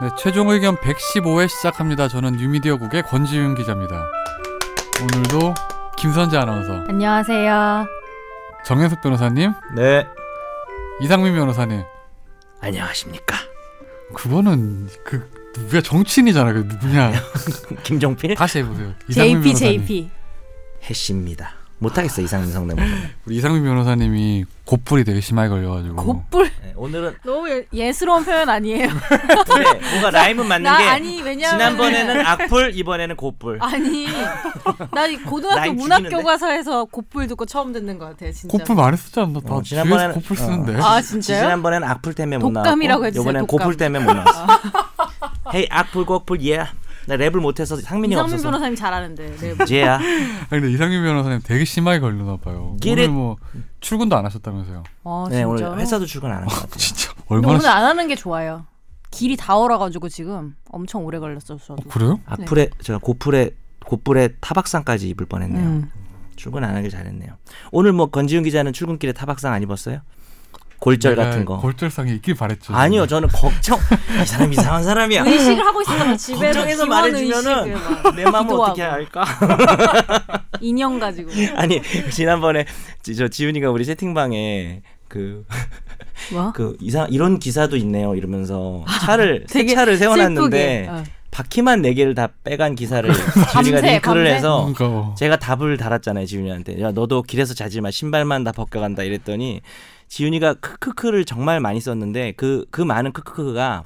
네, 최종 의견 115회 시작합니다. 저는 뉴미디어국의 권지윤 기자입니다. 오늘도 김선재 아나운서, 안녕하세요. 정현석 변호사님, 네. 이상민 변호사님. 안녕하십니까. 그거는 그 우리가 정치인이잖아. 그 누구냐? 김종필 다시 해보세요. 이상민 JP 변호사님. JP. 해씨입니다. 못하겠어 이상민 성대모사. 우리 이상민 변호사님이 곧불이 되게 심하게 걸려가지고. 곧불 네, 오늘은 너무 예- 예스러운 표현 아니에요? 근데 뭔가 라임은 맞는 나 게 아니 왜냐면 지난번에는 악플 이번에는 곧불. 아니 나이 고등학교 나이 문학 죽이는데? 교과서에서 곧불 듣고 처음 듣는 것 같아요 진짜. 곧불 많이 쓰잖아. 다 어, 지난번에 지난번에는- 곧불 어. 쓰는데. 아 진짜요? 지난번에는 악플 때문에 못 독감이라고 나왔고 해주세요, 이번엔 독감. 아. 곧불 때문에 못 나왔어. 헤이 악플 곧불 얘야. 나 랩을 못해서 상민이 이상민 없어서. 변호사님 잘하는데. 네. 얘야. 아, 근데 이상민 변호사님 되게 심하게 걸리나 봐요. Get 오늘 it. 뭐 출근도 안 하셨다면서요? 어 네 진짜. 오늘 회사도 출근 안 한 것 같아요. 진짜 근데 얼마나 오늘 안 하는 게 좋아요. 길이 다 얼어가지고 지금 엄청 오래 걸렸어 저도. 심- 그래요? 악플에 제가 곧불에 곧불에 타박상까지 입을 뻔했네요. 네. 음. 출근 안 하길 잘했네요. 오늘 뭐 건지훈 기자는 출근길에 타박상 안 입었어요? 골절 같은 거. 네, 골절상이 있길 바랬죠. 아니요, 저는 걱정. 이 사람 이상한 사람이야. 의식을 하고 있었던 집에서 뭐 걱정해서 기원 의식을 막 말해주면은 내 마음을 기도하고. 어떻게 할까? 인형 가지고 아니 지난번에 지- 저 지훈이가 우리 세팅방에 그. 뭐? 그 이상 이런 기사도 있네요 이러면서 차를 새 되게 차를 세워놨는데 슬프게. 어. 바퀴만 네 개를 다 빼간 기사를 지훈이가 밤새, 링크를 밤새. 해서 그러니까 어. 제가 답을 달았잖아요 지훈이한테 야 너도 길에서 자지 마 신발만 다 벗겨간다 이랬더니 지훈이가 크크크를 정말 많이 썼는데 그 그 많은 크크크가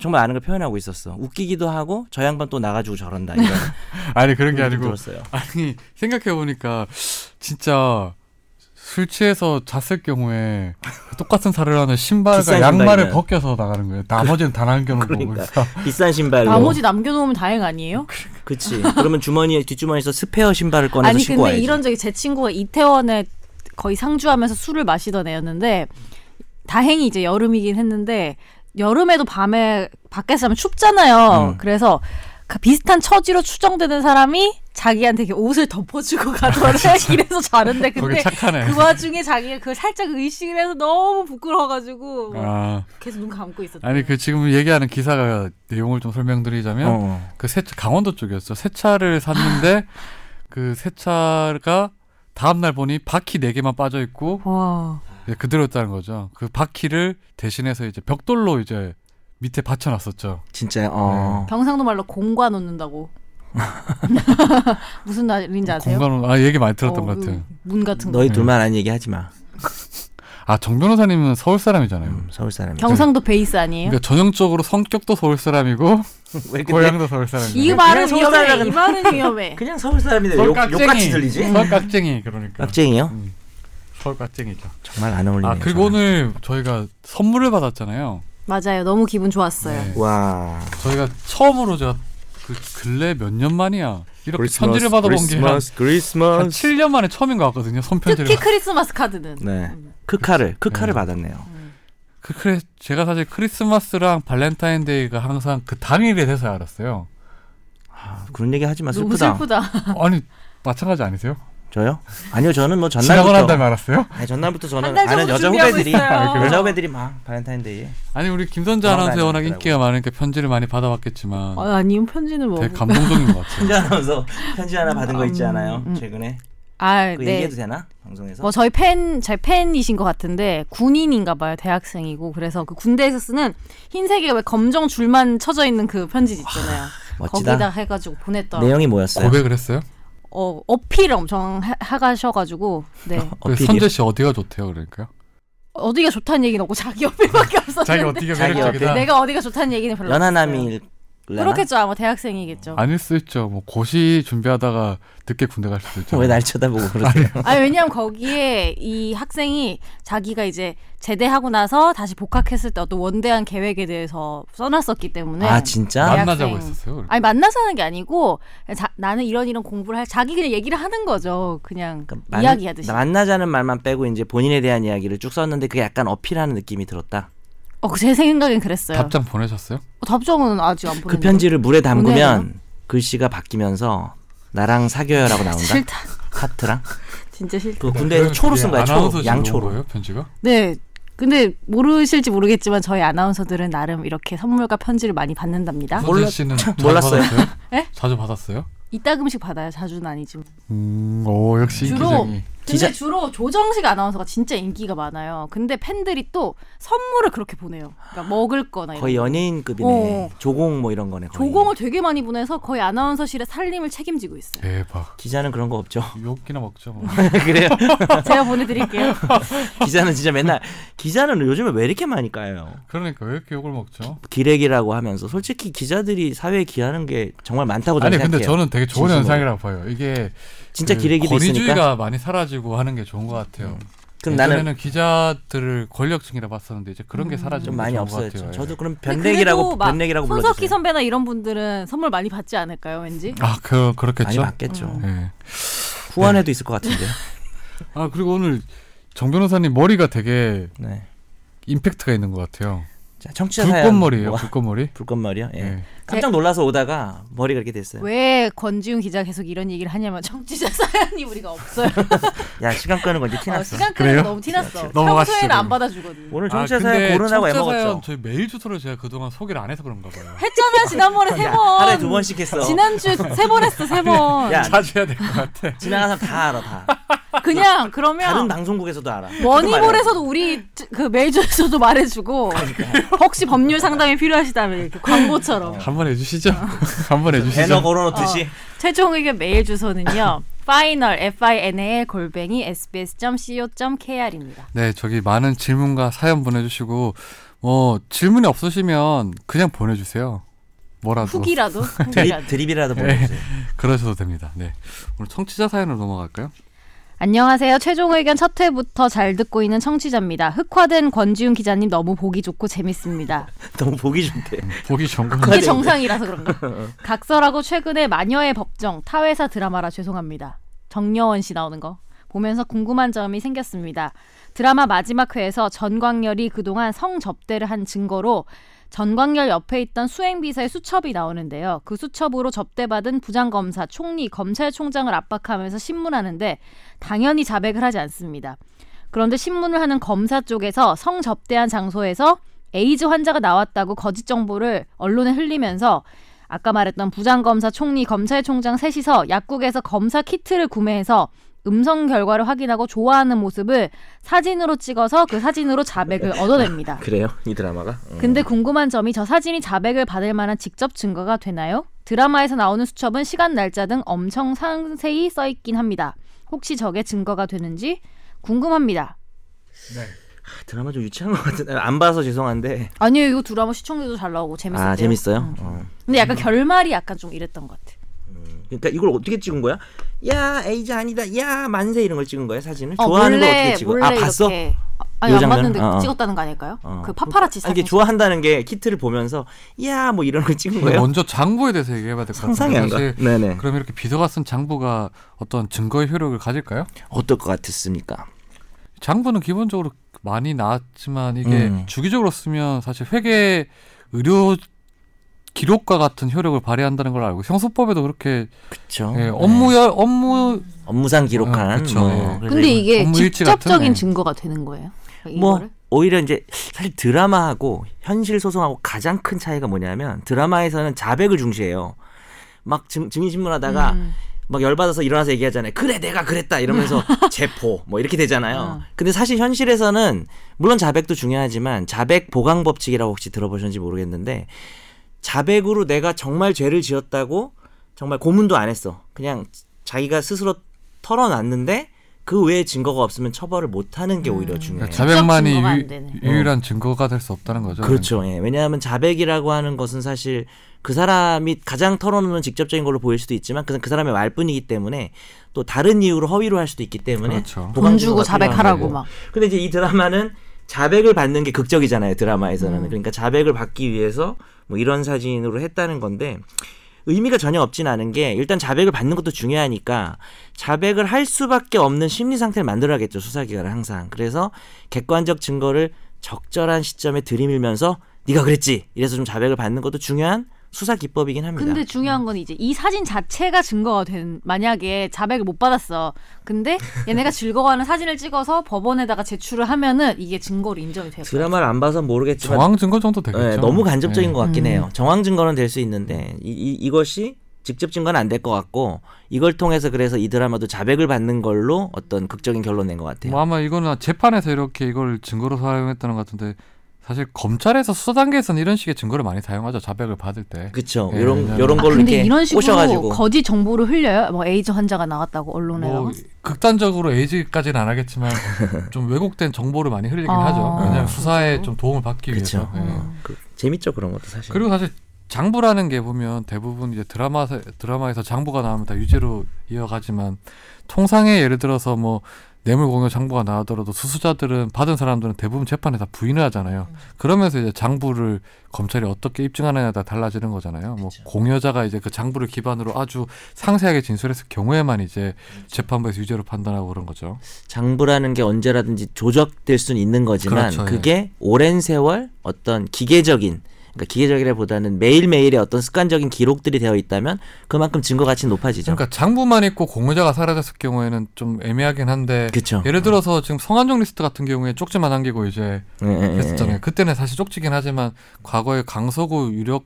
정말 많은 걸 표현하고 있었어 웃기기도 하고 저 양반 또 나가지고 저런다 이런 아니 그런 게 느낌이 아니고 들었어요 아니 생각해 보니까 진짜 술 취해서 잤을 경우에 똑같은 살을 하는 신발과 비싼 양말을 신발이면. 벗겨서 나가는 거예요. 나머지는 다 남겨놓고 그러니까. 있어. 비싼 신발로 나머지 남겨놓으면 다행 아니에요? 그치 그러면 주머니에 뒷주머니에서 스페어 신발을 꺼내서 아니 신고 근데 와야지 이런 적이 제 친구가 이태원에 거의 상주하면서 술을 마시던 애였는데 다행히 이제 여름이긴 했는데 여름에도 밤에 밖에서 자면 춥잖아요. 음. 그래서 가- 비슷한 처지로 추정되는 사람이 자기한테 이렇게 옷을 덮어주고 아, 가더래 길에서 자는데 거기 근데 착하네. 그 와중에 자기가 그걸 살짝 의식을 해서 너무 부끄러워가지고 막 아 계속 눈 감고 있었대. 아니 그 지금 얘기하는 기사가 내용을 좀 설명드리자면 어. 그 새, 강원도 쪽이었어. 새 차를 샀는데 그 새 차가 다음 날 보니 바퀴 네 개만 빠져 있고 와. 예, 그대로였다는 거죠. 그 바퀴를 대신해서 이제 벽돌로 이제 밑에 받쳐놨었죠. 진짜 어 경상도 말로 공과 놓는다고. 무슨 날인지 아세요? 공간은 아 얘기 많이 들었던 어, 것 같아요. 그문 같은 거. 너희 둘만 네. 아는 얘기 하지 마 아 정 변호사님은 서울 사람이잖아요. 음, 서울 사람이 경상도 베이스 아니에요? 그러니까 전형적으로 성격도 서울 사람이고 왜 근데 고향도 서울 사람이고. 이 그냥 말은 서울 위험해. 사람이라고 이 말은 위험해. 그냥 서울 사람인데 서울 네, 욕, 깍쟁이. 욕같이 음. 들리지 음. 서울 깍쟁이 그러니까. 깍쟁이요 음, 서울 깍쟁이죠. 정말 안 어울리네요 아 그리고 저는. 오늘 저희가 선물을 받았잖아요. 맞아요. 너무 기분 좋았어요. 네. 와 저희가 처음으로 제가 그 근래 몇 년 만이야 이렇게 편지를 받아본 게 한 크리스마스 크리스마스 7년 만에 처음인 것 같거든요. 손편지를. 특히 크리스마스 카드는. 네 크카를 크카를 네. 받았네요 그, 그래, 제가 사실 크리스마스랑 발렌타인데이가 항상 그 당일에 돼서 알았어요. 아, 그런 얘기 하지 마 너무 슬프다 슬프다. 아니, 마찬가지 아니세요? 저요 아니요 저는 뭐 지나고 난 다음에 전날부터 알았어요? 아니, 전날부터 한 저는 달 아는 전부터 여자 준비하고 후배들이 있어요. 여자 후배들이 막 발렌타인데이에 아니, 우리 김선재 전화가 아나운서 워낙 아니더라고요. 네, 인기가 많으니까 편지를 많이 받아봤겠지만 아, 아니요 편지는 뭐. 어. 되게 감동적인 것 같아요. 혼자 나와서 편지 하나 받은 거 있지 않아요 음. 최근에 아 그 네. 얘기해도 되나 방송에서 뭐 저희 팬, 제 팬이신 것 같은데 군인인가 봐요. 대학생이고 그래서 그 군대에서 쓰는 흰색에 왜 검정 줄만 쳐져 있는 그 편지 있잖아요. 멋지다 거기다 해가지고 보냈더라고. 요 내용이 뭐였어요 고백을 했어요? 어 어필 엄청 하- 하가셔가지고 네 그 어필이요? 선재 씨 어디가 좋대요, 그러니까? 어디가 좋다는 얘기는 없고 자기 어필밖에 없었는데 자기 어디가 자기 매력적이다? 어때? 내가 어디가 좋다는 얘기는 별로 없었어요. 아, 네. 연하남이 그렇겠죠 아마 대학생이겠죠 아닐 수 있죠. 뭐 고시 준비하다가 늦게 군대 갈 수도 있죠. 왜날 쳐다보고 그러세요? 아니 왜냐면 거기에 이 학생이 자기가 이제 제대하고 나서 다시 복학했을 때 어떤 원대한 계획에 대해서 써놨었기 때문에 아 진짜? 만나자고 대학생. 했었어요. 그러니까. 아니 만나서 하는 게 아니고 그냥 자- 나는 이런 이런 공부를 할 자기 그냥 얘기를 하는 거죠 그냥 그러니까 만- 이야기하듯이 만나자는 말만 빼고 이제 본인에 대한 이야기를 쭉 썼는데 그게 약간 어필하는 느낌이 들었다. 음. 어제 생각엔 네. 그랬어요 답장 보내셨어요? 어, 답장은 아직 안 보냈는데 그 편지를 물에 보내야 담그면 글씨가 바뀌면서 나랑 사귀어요라고 나온다. 싫다 하트랑. 진짜 싫다 그 군대에서 그러면 초로 그게 쓴 거야. 아나운서 지금 초로. 온 양초로. 거예요, 편지가? 네 근데 모르실지 모르겠지만 저희 아나운서들은 나름 이렇게 선물과 편지를 많이 받는답니다. 선재 씨는 자주 몰랐어요. 받았어요? 예? 자주 받았어요? 이따금씩 받아요. 자주는 아니지만. 음, 어, 오 역시 주로 인기쟁이. 근데 네, 기자- 주로 조정식 아나운서가 진짜 인기가 많아요. 근데 팬들이 또 선물을 그렇게 보내요. 그러니까 먹을 거나 이런 거의 연예인급이네. 어. 조공 뭐 이런 거네. 거의. 조공을 되게 많이 보내서 거의 아나운서실의 살림을 책임지고 있어요. 대박. 기자는 그런 거 없죠. 욕기나 먹죠. 뭐. 그래요. 제가 보내드릴게요. 기자는 진짜 맨날 기자는 요즘에 왜 이렇게 많이 까요? 그러니까 왜 이렇게 욕을 먹죠? 기레기라고 하면서 솔직히 기자들이 사회에 기여하는 게 정말 많다고 저는 아니 근데 생각해요. 저는 되게 좋은 진심으로. 현상이라고 봐요. 이게 진짜 그 기레기도 권위주의가 있으니까. 음. 많이 사라지고 하는 게 좋은 것 같아요. 그럼 예전에는 나는 기자들을 권력층이라 봤었는데 이제 그런 게 사라지는 좀 게 많이 좋은 것 없어졌죠. 같아요. 예. 저도 그럼 근데 변내기라고 그래도 막 변내기라고 손석희 불러주세요. 선배나 이런 분들은 선물 많이 받지 않을까요? 왠지. 아그 많이 그렇겠죠. 맞겠죠. 예. 후원에도 있을 것 같은데. 아 그리고 오늘 정 변호사님 머리가 되게 네. 임팩트가 있는 것 같아요. 자, 청취자 사연. 불꽃머리예요. 뭐- 불꽃머리. 불꽃머리요? 예. 예. 깜짝 놀라서 오다가 머리가 이렇게 됐어요. 네. 왜 권지윤 기자 계속 이런 얘기를 하냐면 정치자 사연이 우리가 없어요. 야, 시간 끄는 거 이제 어, 티났어. 시간 그래요? 끌면 너무 티났어. 넘어가시죠, 평소에는 그럼. 안 받아주거든. 오늘 아, 청취자 근데 사연 고르라고 청취자 해먹었죠. 사연 저희 메일 주소를 제가 그동안 소개를 안 해서 그런가 봐요. 했잖아 지난번에 세 야, 하루에 두 번. 번씩 했어. 지난주 세 번 했어 세 번. 야, 자주 해야 될 것 같아. 지나가서 다 알아, 다. 그냥 다른 그러면 방송국에서도 알아. 머니볼에서도 우리 주- 그 메일주에서도 말해주고 그러니까. 혹시 법률 상담이 필요하시다면 이렇게 광고처럼 아. 한 번 해주시죠. 한 번 배너 해주시죠. 걸어놓듯이. 아. 최종 의견 메일 주소는요 final f i n a l 골뱅이 s b s c o k r 입니다. 네, 저기 많은 질문과 사연 보내주시고 뭐 질문이 없으시면 그냥 보내주세요. 뭐라도 후기라도 드립, 후기라도. 드립이라도 네. 보내주세요. 그러셔도 됩니다. 네, 오늘 청취자 사연으로 넘어갈까요? 안녕하세요. 최종 의견 첫 회부터 잘 듣고 있는 청취자입니다. 흑화된 권지윤 기자님 너무 보기 좋고 재밌습니다. 너무 보기 좋대. 보기 좋은 거. 그게 정상이라서 그런가? 각설하고 최근에 마녀의 법정 타회사 드라마라 죄송합니다. 정여원 씨 나오는 거 보면서 궁금한 점이 생겼습니다. 드라마 마지막 회에서 전광열이 그동안 성접대를 한 증거로 전광열 옆에 있던 수행비서의 수첩이 나오는데요. 그 수첩으로 접대받은 부장검사, 총리, 검찰총장을 압박하면서 신문하는데 당연히 자백을 하지 않습니다. 그런데 신문을 하는 검사 쪽에서 성접대한 장소에서 에이즈 환자가 나왔다고 거짓 정보를 언론에 흘리면서 아까 말했던 부장검사, 총리, 검찰총장 셋이서 약국에서 검사 키트를 구매해서 음성 결과를 확인하고 좋아하는 모습을 사진으로 찍어서 그 사진으로 자백을 얻어냅니다. 그래요? 이 드라마가? 음. 근데 궁금한 점이 저 사진이 자백을 받을 만한 직접 증거가 되나요? 드라마에서 나오는 수첩은 시간, 날짜 등 엄청 상세히 써 있긴 합니다. 혹시 저게 증거가 되는지 궁금합니다. 드라마 좀 유치한 것 같은데. 아, 안 봐서 죄송한데. 아니요, 이거 드라마 시청률도 잘 나오고 재밌었대요. 아, 재밌어요? 어. 근데 약간 결말이 약간 좀 이랬던 것 같아. 그러니까 이걸 어떻게 찍은 거야? 야, 에이즈 아니다. 야, 만세 이런 걸 찍은 거야, 사진을? 어, 좋아하는 거 몰래- 어떻게 찍어? 몰래 아, 봤어? 이렇게- 아니 요 안 장면? 봤는데 어, 어. 찍었다는 거 아닐까요? 어. 그 파파라치 아니, 이게 사진. 좋아한다는 게 키트를 보면서 야, 뭐 이런 걸 찍은 거예요? 먼저 장부에 대해서 얘기해봐야 될 것 같아요. 상상이 안 가. 네네. 그럼 이렇게 비서가 쓴 장부가 어떤 증거의 효력을 가질까요? 어떨 것 같았습니까? 장부는 기본적으로 많이 나왔지만 이게 음. 주기적으로 쓰면 사실 회계 의료 기록과 같은 효력을 발휘한다는 걸 알고 형소법에도 그렇게 그쵸. 네. 예, 업무열 업무 업무상 기록한. 아, 그쵸. 뭐, 예. 그래서 근데 이건- 이게 업무 일지 직접적인 같은, 네. 증거가 되는 거예요? 뭐 이거를? 오히려 이제 사실 드라마하고 현실 소송하고 가장 큰 차이가 뭐냐면 드라마에서는 자백을 중시해요. 막 증, 증인신문하다가 음. 막 열받아서 일어나서 얘기하잖아요. 그래 내가 그랬다 이러면서 체포 뭐 이렇게 되잖아요. 어. 근데 사실 현실에서는 물론 자백도 중요하지만 자백 보강 법칙이라고 혹시 들어보셨는지 모르겠는데 자백으로 내가 정말 죄를 지었다고 정말 고문도 안 했어. 그냥 자기가 스스로 털어놨는데 그 외에 증거가 없으면 처벌을 못 하는 게 음. 오히려 중요해요. 그러니까 자백만이 증거가 안 유, 되네. 일한 증거가 될 수 없다는 거죠. 그렇죠. 예. 왜냐하면 자백이라고 하는 것은 사실 그 사람이 가장 털어놓는 직접적인 걸로 보일 수도 있지만 그그 사람의 말뿐이기 때문에 또 다른 이유로 허위로 할 수도 있기 때문에 그렇죠. 돈 보강 주고 증거가 자백하라고 필요한 막. 거고. 근데 이제 이 드라마는 자백을 받는 게 극적이잖아요. 음. 드라마에서는 그러니까 자백을 받기 위해서 뭐 이런 사진으로 했다는 건데 의미가 전혀 없진 않은 게 일단 자백을 받는 것도 중요하니까 자백을 할 수밖에 없는 심리 상태를 만들어야겠죠 수사기관은 항상 그래서 객관적 증거를 적절한 시점에 들이밀면서 네가 그랬지 이래서 좀 자백을 받는 것도 중요한 수사 기법이긴 합니다. 음. 근데 중요한 건 이제 이 사진 자체가 증거가 된 만약에 자백을 못 받았어. 근데 얘네가 즐거워하는 사진을 찍어서 법원에다가 제출을 하면은 이게 증거로 인정이 돼요. 드라마를 안 봐서 모르겠지만 정황 증거 정도 되겠죠. 네, 너무 간접적인 예. 것 같긴 음. 해요. 정황 증거는 될 수 있는데 이, 이 이것이 직접 증거는 안 될 것 같고 이걸 통해서 그래서 이 드라마도 자백을 받는 걸로 어떤 극적인 결론 낸 것 같아요. 뭐 아마 이거는 재판에서 이렇게 이걸 증거로 사용했다는 것 같은데 사실 검찰에서 수사 단계에서는 이런 식의 증거를 많이 사용하죠. 자백을 받을 때. 그쵸. 예, 이런 네. 이런 아, 걸로 근데 이렇게 이런 식으로 꼬셔가지고 거짓 정보를 흘려요. 뭐 에이즈 환자가 나왔다고 언론에 뭐 뭐, 어. 극단적으로 에이즈까지는 안 하겠지만 좀 왜곡된 정보를 많이 흘리긴 아, 하죠. 왜냐하면 아, 수사에 진짜요? 좀 도움을 받기 그쵸. 위해서. 음. 예. 어, 그, 재밌죠 그런 것도 사실. 그리고 사실 장부라는 게 보면 대부분 이제 드라마 드라마에서 장부가 나오면 다 유죄로 이어가지만 통상에 예를 들어서 뭐 뇌물 공여 장부가 나오더라도 수수자들은 받은 사람들은 대부분 재판에 다 부인을 하잖아요. 그러면서 이제 장부를 검찰이 어떻게 입증하느냐에 따라 달라지는 거잖아요. 뭐 그쵸. 공여자가 이제 그 장부를 기반으로 아주 상세하게 진술했을 경우에만 이제 재판부에서 유죄로 판단하고 그런 거죠. 장부라는 게 언제라든지 조작될 수는 있는 거지만 그렇죠, 예. 그게 오랜 세월 어떤 기계적인 그러니까 기계적이라보다는 매일매일의 어떤 습관적인 기록들이 되어 있다면 그만큼 증거 가치는 높아지죠. 그러니까 장부만 있고 공여자가 사라졌을 경우에는 좀 애매하긴 한데 그렇죠. 예를 들어서 지금 성한종 리스트 같은 경우에 쪽지만 남기고 이제 예, 예, 예. 했었잖아요. 그때는 사실 쪽지긴 하지만 과거에 강서구 유력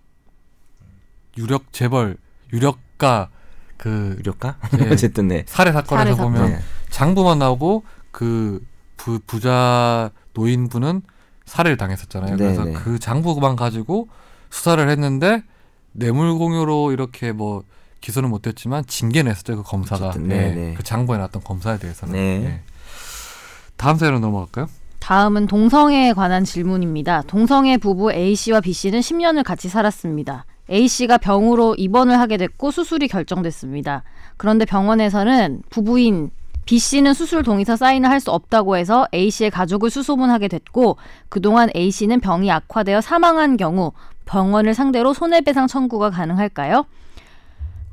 유력 재벌 유력가 그 유료가? 예, 어쨌든 네. 살해 사건에서 살해 사건. 보면 예. 장부만 나오고 그 부, 부자 노인분은 살해를 당했었잖아요. 네, 그래서 네. 그 장부만 가지고 수사를 했는데 뇌물 공유로 이렇게 뭐 기소는 못했지만 징계 냈었죠 그 검사가 어쨌든, 네, 예, 네. 그 장부에 나왔던 검사에 대해서는. 네. 예. 다음 사연으로 넘어갈까요? 다음은 동성애에 관한 질문입니다. 동성애 부부 A 씨와 B 씨는 10년을 같이 살았습니다. A 씨가 병으로 입원을 하게 됐고 수술이 결정됐습니다. 그런데 병원에서는 부부인 B 씨는 수술 동의서 사인을 할 수 없다고 해서 A 씨의 가족을 수소문하게 됐고 그동안 A 씨는 병이 악화되어 사망한 경우 병원을 상대로 손해배상 청구가 가능할까요?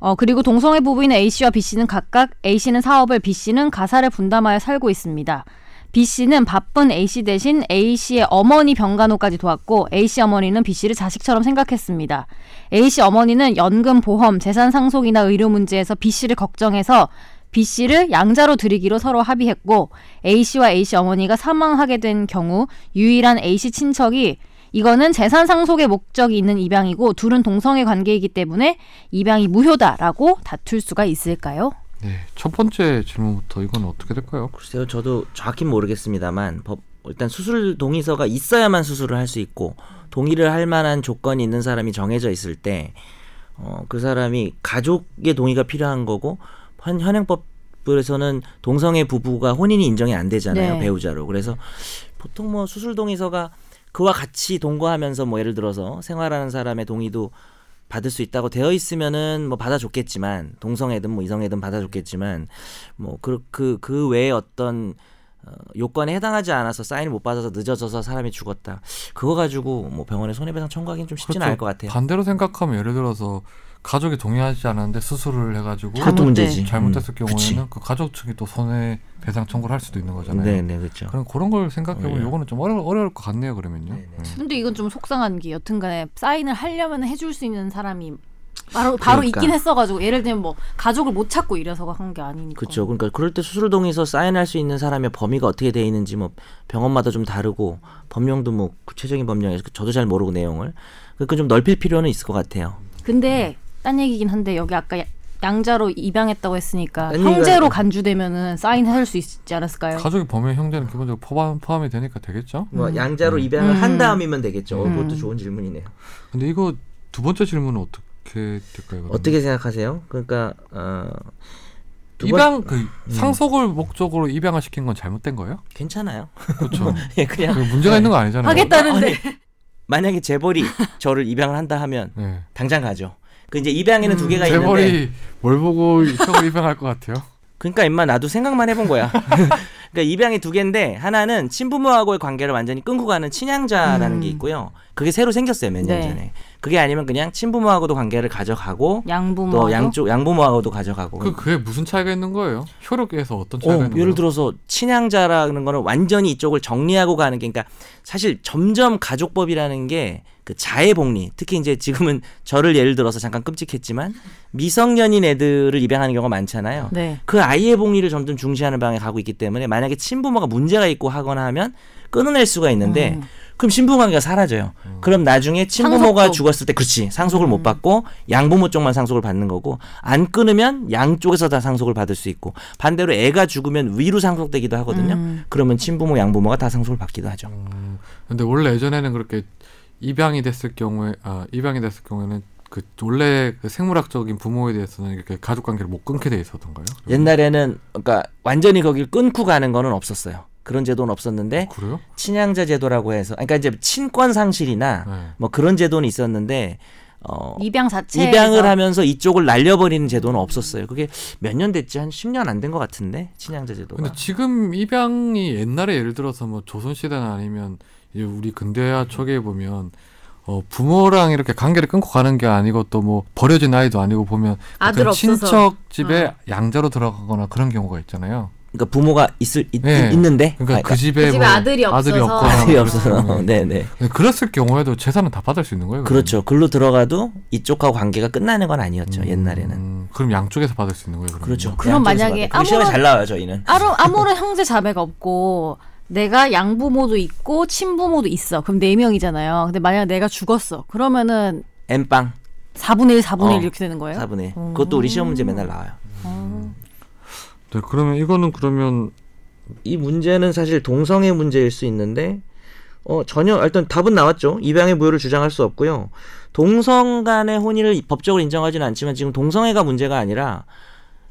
어, 그리고 동성애 부부인 A씨와 B씨는 각각 A씨는 사업을 B씨는 가사를 분담하여 살고 있습니다. B씨는 바쁜 A씨 대신 A씨의 어머니 병간호까지 도왔고 A씨 어머니는 B씨를 자식처럼 생각했습니다. A씨 어머니는 연금, 보험, 재산 상속이나 의료 문제에서 B씨를 걱정해서 B씨를 양자로 들이기로 서로 합의했고 A씨와 A씨 어머니가 사망하게 된 경우 유일한 A씨 친척이 이거는 재산 상속의 목적이 있는 입양이고 둘은 동성애 관계이기 때문에 입양이 무효다라고 다툴 수가 있을까요? 네, 첫 번째 질문부터 이건 어떻게 될까요? 글쎄요, 저도 정확히 모르겠습니다만 법 일단 수술 동의서가 있어야만 수술을 할 수 있고 동의를 할 만한 조건이 있는 사람이 정해져 있을 때 어, 그 사람이 가족의 동의가 필요한 거고 현, 현행법에서는 동성애 부부가 혼인이 인정이 안 되잖아요 네. 배우자로 그래서 보통 뭐 수술 동의서가 그와 같이 동거하면서 뭐 예를 들어서 생활하는 사람의 동의도 받을 수 있다고 되어 있으면은 뭐 받아줬겠지만 동성애든 뭐 이성애든 받아줬겠지만 뭐그그그 외에 어떤 어, 요건에 해당하지 않아서 사인을 못 받아서 늦어져서 사람이 죽었다 그거 가지고 뭐 병원에 손해배상 청구하기는 좀 쉽지는 그렇죠. 않을 것 같아요. 반대로 생각하면 예를 들어서 가족이 동의하지 않았는데 수술을 해가지고 그렇죠. 그것도 잘못된- 문제지. 잘못했을 음, 그치. 경우에는 그 가족 측이 또 손해 배상 청구를 할 수도 있는 거잖아요. 네, 네, 그렇죠. 그럼 그런 걸 생각해보면 네. 요거는 좀 어려, 어려울 것 같네요. 그러면요. 네, 네. 네. 근데 이건 좀 속상한 게 여튼간에 사인을 하려면 해줄 수 있는 사람이 바로 바로 그러니까. 있긴 했어가지고 예를 들면 뭐 가족을 못 찾고 이래서 한 게 아니니까. 그렇죠. 그러니까 그럴 때 수술 동의서 사인할 수 있는 사람의 범위가 어떻게 돼 있는지 뭐 병원마다 좀 다르고 법령도 뭐 구체적인 법령에서 저도 잘 모르고 내용을 그러니까 좀 넓힐 필요는 있을 것 같아요. 근데 딴 얘기긴 한데 여기 아까 야- 양자로 입양했다고 했으니까 딴 형제로 얘기가- 간주되면은 사인할 수 있지 않았을까요? 가족이 범행 형제는 기본적으로 포함, 포함이 되니까 되겠죠. 뭐 양자로 입양을 음. 한 다음이면 되겠죠. 어, 음. 그것도 좋은 질문이네요. 근데 이거 두 번째 질문은 어떻게 될까요? 어떻게 생각하세요? 그러니까 어, 두 번- 음. 입양 그 상속을 목적으로 입양을 시킨 건 잘못된 거예요? 괜찮아요. 그렇죠. 예, 그냥 문제가 있는 거 아니잖아요. 하겠다는데 만약에 재벌이 저를 입양을 한다 하면 네. 당장 가죠. 그 이제 음. 입양에는 두 개가 있는데 재벌이 뭘 보고 형을 입양할 것 같아요? 그러니까 임마 나도 생각만 해본 거야. 그러니까 입양이 두 개인데 하나는 친부모하고의 관계를 완전히 끊고 가는 친양자라는 음. 게 있고요. 그게 새로 생겼어요 몇 년 네. 전에. 그게 아니면 그냥 친부모하고도 관계를 가져가고 양부모. 또 양쪽 양부모하고도 가져가고. 그 그게 무슨 차이가 있는 거예요? 효력에서 어떤 어, 차이가 있는 거예요? 예를 들어서 친양자라는 거는 완전히 이쪽을 정리하고 가는 게 그러니까 사실 점점 가족법이라는 게 그 자해 복리 특히 이제 지금은 저를 예를 들어서 잠깐 끔찍했지만 미성년인 애들을 입양하는 경우가 많잖아요. 네. 그 아이의 복리를 점점 중시하는 방향에 가고 있기 때문에 만약에 친부모가 문제가 있고 하거나 하면 끊어낼 수가 있는데 음. 그럼 신부관계가 사라져요. 그럼 나중에 친부모가 상속도. 음. 죽었을 때 그렇지 상속을 못 받고 양부모 쪽만 상속을 받는 거고 안 끊으면 양쪽에서 다 상속을 받을 수 있고 반대로 애가 죽으면 위로 상속되기도 하거든요. 음. 그러면 친부모 양부모가 다 상속을 받기도 하죠. 근데 원래 예전에는 그렇게 입양이 됐을 경우에 아 입양이 됐을 경우에는 그 원래 그 생물학적인 부모에 대해서는 이렇게 가족 관계를 못 끊게 돼 있었던가요? 예. 옛날에는 그러니까 완전히 거길 끊고 가는 거는 없었어요. 그런 제도는 없었는데 그래요? 친양자 제도라고 해서 그러니까 이제 친권 상실이나 네. 뭐 그런 제도는 있었는데 어 입양 자체. 입양을 하면서 이쪽을 날려버리는 제도는 없었어요. 그게 몇 년 됐지? 한 10년 안 된 것 같은데 친양자 제도가. 근데 지금 입양이 옛날에 예를 들어서 뭐 조선 시대나 아니면 이제 우리 근대화 초기에 보면 어 부모랑 이렇게 관계를 끊고 가는 게 아니고 또 뭐 버려진 아이도 아니고 보면 아들 가끔 없어서. 친척 집에 어. 양자로 들어가거나 그런 경우가 있잖아요. 그러니까 부모가 있을 있, 네. 는데 아, 그러니까 그 집에, 그 집에 뭐 아들이 없어서. 없거나 아들이 없어서. 음. 네네. 근데 그랬을 경우에도 재산은 다 받을 수 있는 거예요. 그러면? 그렇죠. 글로 들어가도 이쪽하고 관계가 끝나는 건 아니었죠. 옛날에는. 음, 그럼 양쪽에서 받을 수 있는 거예요. 그러면? 그렇죠. 그럼 양쪽에서 만약에 받아요. 그 시험에 아무런- 잘 나와요 저희는. 아무, 아무런 형제 자매가 없고 내가 양부모도 있고 친부모도 있어. 그럼 네 명이잖아요. 근데 만약 내가 죽었어. 그러면은 엠빵 4분의 1, 4분의 1 어, 이렇게 되는 거예요? 4분의 1. 음. 그것도 우리 시험 문제 맨날 나와요. 네, 그러면 이거는 그러면 이 문제는 사실 동성애 문제일 수 있는데 어 전혀 일단 답은 나왔죠. 입양의 무효를 주장할 수 없고요. 동성 간의 혼인을 법적으로 인정하지는 않지만 지금 동성애가 문제가 아니라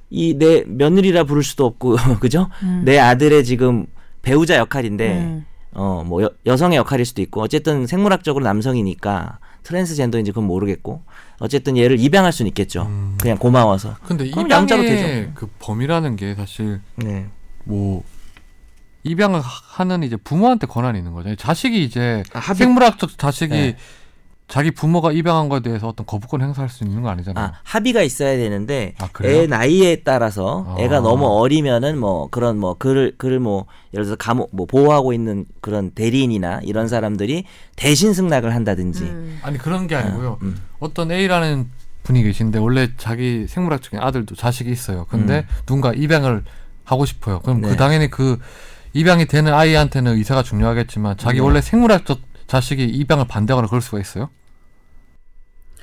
이 내 며느리라 부를 수도 없고 그죠? 음. 내 아들의 지금 배우자 역할인데 음. 어뭐 여성의 역할일 수도 있고 어쨌든 생물학적으로 남성이니까 트랜스젠더인지 그건 모르겠고 어쨌든 얘를 입양할 수는 있겠죠. 그냥 고마워서. 근데 그럼 양자로 입양의 되죠. 그 범위라는 게 사실 네. 뭐 입양을 하- 하는 이제 부모한테 권한이 있는 거잖아요. 자식이 이제 아, 합의- 생물학적 자식이 네. 자기 부모가 입양한 거에 대해서 어떤 거부권 행사할 수 있는 거 아니잖아요. 아, 합의가 있어야 되는데 음. 아, 그래요? 애 나이에 아. 따라서 애가 너무 어리면은 뭐 그런 뭐 그를 그를 뭐 예를 들어서 감옥 뭐 보호하고 있는 그런 대리인이나 이런 사람들이 대신 승낙을 한다든지 음. 아니 그런 게 아니고요. 음. 어떤 A라는 분이 계신데 원래 자기 생물학적인 아들도 자식이 있어요. 근데 누군가 입양을 하고 싶어요. 그럼 음. 네. 그 당연히 그 입양이 되는 아이한테는 의사가 중요하겠지만 자기 음. 원래 생물학적 자식이 입양을 반대하거나 그럴 수가 있어요?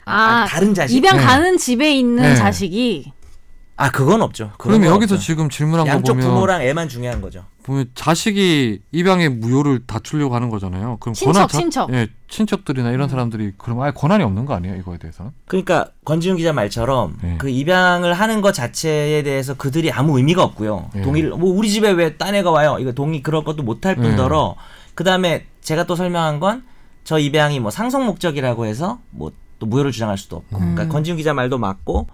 아, 아, 다른 자식 입양 네. 가는 집에 있는 네. 자식이 아 그건 없죠. 그런 그럼 건 여기서 없죠. 지금 질문한 거 양쪽 보면 부모랑 애만 중요한 거죠. 보면 자식이 입양의 무효를 다투려고 하는 거잖아요. 그럼 친척, 권한 자- 친척. 음. 예, 친척들이나 이런 사람들이 그럼 아예 권한이 없는 거 아니에요? 이거에 대해서는? 그러니까 권지훈 기자 말처럼 예. 그 입양을 하는 것 자체에 대해서 그들이 아무 의미가 없고요. 예. 동의를 뭐 우리 집에 왜 딴 애가 와요? 이거 동의 그런 것도 못할 예. 뿐더러 그다음에 제가 또 설명한 건 저 입양이 뭐 상속 목적이라고 해서 뭐 또 무효를 주장할 수도 없고. 그러니까 음. 권지훈 기자 말도 맞고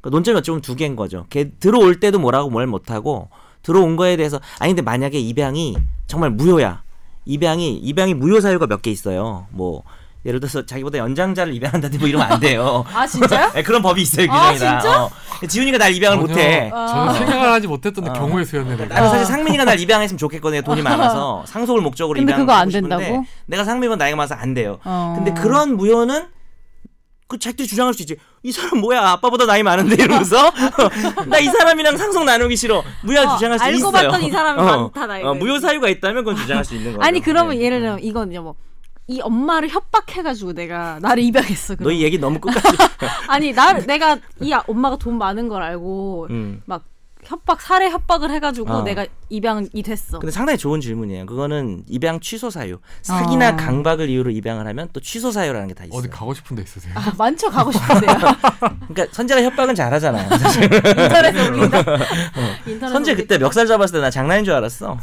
그 논점이 어쩌면 두 개인 거죠. 걔 들어올 때도 뭐라고 뭘 못하고 들어온 거에 대해서 아니 근데 만약에 입양이 정말 무효야. 입양이 입양이 무효 사유가 몇 개 있어요. 뭐 예를 들어서 자기보다 연장자를 입양한다든지 뭐 이러면 안 돼요. 아 진짜요? 네, 그런 법이 있어요 아, 규정이라. 진짜? 어. 지훈이가 날 입양을 못해. 아. 전혀 저는 생각을 하지 못했던 경우의 수였네 내가. 나는 사실 상민이가 날 입양했으면 좋겠거든요. 돈이 많아서 상속을 목적으로 어. 근데 입양. 그거 안 싶은데 된다고? 내가 상민이가 나이가 많아서 안 돼요. 어. 근데 그런 무효는 그 자기들이 주장할 수 있지. 이 사람 뭐야? 아빠보다 나이 많은데 이러면서 나 이 사람이랑 상속 나누기 싫어. 무효 어, 주장할 수 알고 있어요. 봤던 이 사람이 많다, 나이가. 어, 무효 사유가 있다면 그건 주장할 수 있는 네. 거예요. 아니 그러면 예를 들면 이건요 뭐. 이 엄마를 협박해가지고 내가 나를 입양했어. 그럼. 너희 얘기 너무 끝까지. 아니 나 내가 이 아- 엄마가 돈 많은 걸 알고 음. 막 협박 살해 협박을 해가지고 어. 내가 입양이 됐어. 근데 상당히 좋은 질문이에요. 그거는 입양 취소 사유. 사기나 어. 강박을 이유로 입양을 하면 또 취소 사유라는 게 다 있어요. 어디 가고 싶은 데 있으세요? 아, 많죠 가고 싶은데요. 그러니까 선재가 협박은 잘하잖아요. 사실. 인터넷에 올린다. 인터넷에 어. 선재 올린다. 그때 멱살 잡았을 때 나 장난인 줄 알았어.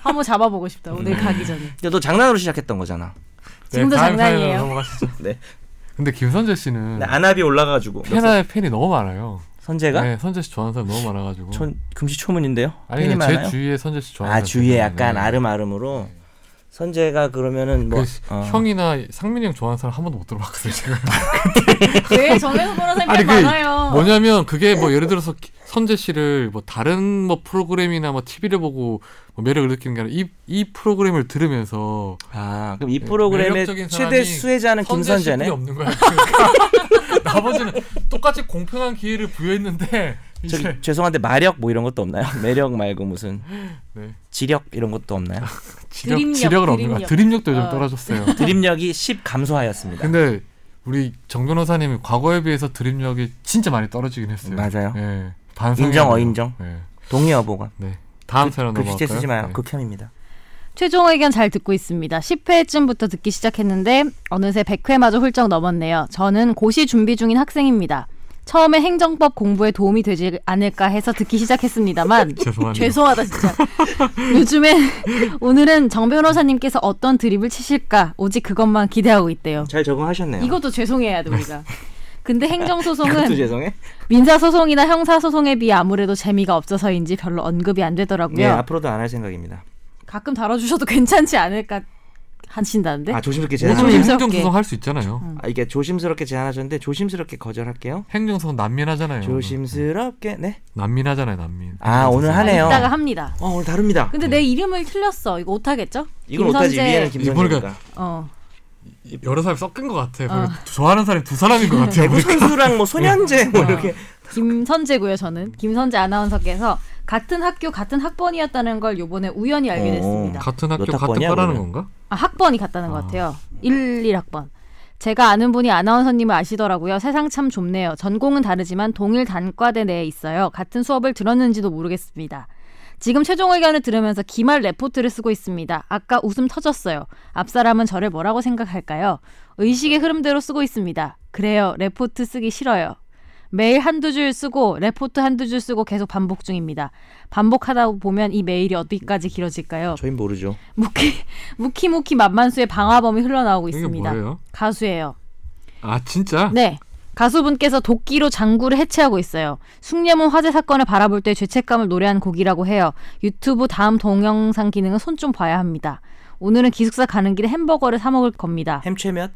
한번 잡아보고 싶다. 오늘 가기 전에. 근데 너 장난으로 시작했던 거잖아. 네, 지금도 다음 사연으로 장난이에요. 넘어가시죠. 네. 근데 김선재 씨는 근데 안압이 올라가지고. 페나의 팬이 너무 많아요. 선재가? 네, 선재 씨 좋아하는 사람 너무 많아가지고. 전 금시초문인데요. 아니 팬이 그냥 제 많아요? 주위에 네. 선재 씨 좋아하는 아 사람 주위에 되게 약간 많아요. 아름아름으로 선재가 그러면은 뭐 그 어. 형이나 상민이 형 좋아하는 사람 한 번도 못 들어봤거든요. 제가. 왜 정혜수 변호사님 아니, 팬 그 많아요? 뭐냐면 그게 뭐 예를 들어서 기- 선재 씨를 뭐 다른 뭐 프로그램이나 뭐 TV를 보고 뭐 매력을 느끼는 게 아니라 이, 이 프로그램을 들으면서 아 그럼 이 네, 프로그램의 매력적인 최대 사람이 수혜자는 선재 씨뿐이 김선재네. 없는 거야. 그러니까 나머지는 똑같이 공평한 기회를 부여했는데 이제 저기 죄송한데 마력 뭐 이런 것도 없나요? 매력 말고 무슨 네. 지력 이런 것도 없나요? 지력, 드림력, 지력은 없는 거야. 드림력. 드림력도 좀 어. 떨어졌어요. 드림력이 10 감소하였습니다. 근데 우리 정 변호사님이 과거에 비해서 드림력이 진짜 많이 떨어지긴 했어요. 맞아요. 예. 반성. 인정, 어인정. 네. 동의 여보가 네. 다음 사연 그 넘어갈까요? 시제 쓰지 마요. 네. 극혐입니다. 최종 의견 잘 듣고 있습니다. 10회쯤부터 듣기 시작했는데 어느새 100회마저 훌쩍 넘었네요. 저는 고시 준비 중인 학생입니다. 처음에 행정법 공부에 도움이 되지 않을까 해서 듣기 시작했습니다만 죄송합니다. 죄송하다 진짜. 요즘에 오늘은 정 변호사님께서 어떤 드립을 치실까 오직 그것만 기대하고 있대요. 잘 적응하셨네요. 이것도 죄송해야 돼 우리가. 근데 이것도 행정소송은 죄송해. 네, 민사소송이나 형사소송에 비해 아무래도 재미가 없어서인지 별로 언급이 안 되더라고요. 예, 앞으로도 안 할 생각입니다. 가끔 다뤄주셔도 괜찮지 않을까 하신다는데? 아 조심스럽게 나중에 제안하셨. 네? 조심스럽게. 음. 행정소송 할 수 있잖아요. 아 이게 조심스럽게 제안하셨는데 조심스럽게 거절할게요. 행정소송 난민하잖아요. 조심스럽게 네. 난민하잖아요, 난민. 아 오늘 아, 하네요. 이따가 합니다. 어 오늘 다릅니다. 근데 내 이름을 틀렸어. 이거 못하겠죠? 이걸 못하지 김선재- 위에는 김선재니까. 이번에가- 어. 여러 사람 섞은 것 같아. 그리고 좋아하는 사람이 두 사람인 것 같아. 대구 선수랑 뭐 소년제 뭐 이렇게 김선재고요, 저는. 김선재 아나운서께서 같은 학교 같은 학번이었다는 걸 요번에 우연히 알게 어. 됐습니다. 같은 학교 몇 같은 학번이야, 과라는 그러면? 건가? 아, 학번이 같다는 것 같아요. 1, 1학번. 제가 아는 분이 아나운서님을 아시더라고요. 세상 참 좁네요. 전공은 다르지만 동일 단과대 내에 있어요. 같은 수업을 들었는지도 모르겠습니다. 지금 최종 의견을 들으면서 기말 레포트를 쓰고 있습니다. 아까 웃음 터졌어요. 앞사람은 저를 뭐라고 생각할까요? 의식의 흐름대로 쓰고 있습니다. 그래요. 레포트 쓰기 싫어요. 매일 한두 줄 쓰고 레포트 한두 줄 쓰고 계속 반복 중입니다. 반복하다 보면 이 메일이 어디까지 길어질까요? 저희 모르죠. 무키 무키 무키 만만수의 방화범이 흘러나오고 이게 있습니다. 뭐예요? 가수예요. 아 진짜? 네. 가수분께서 도끼로 장구를 해체하고 있어요. 숭례문 화재 사건을 바라볼 때 죄책감을 노래한 곡이라고 해요. 유튜브 다음 동영상 기능은 손 좀 봐야 합니다. 오늘은 기숙사 가는 길에 햄버거를 사 먹을 겁니다. 햄최 몇?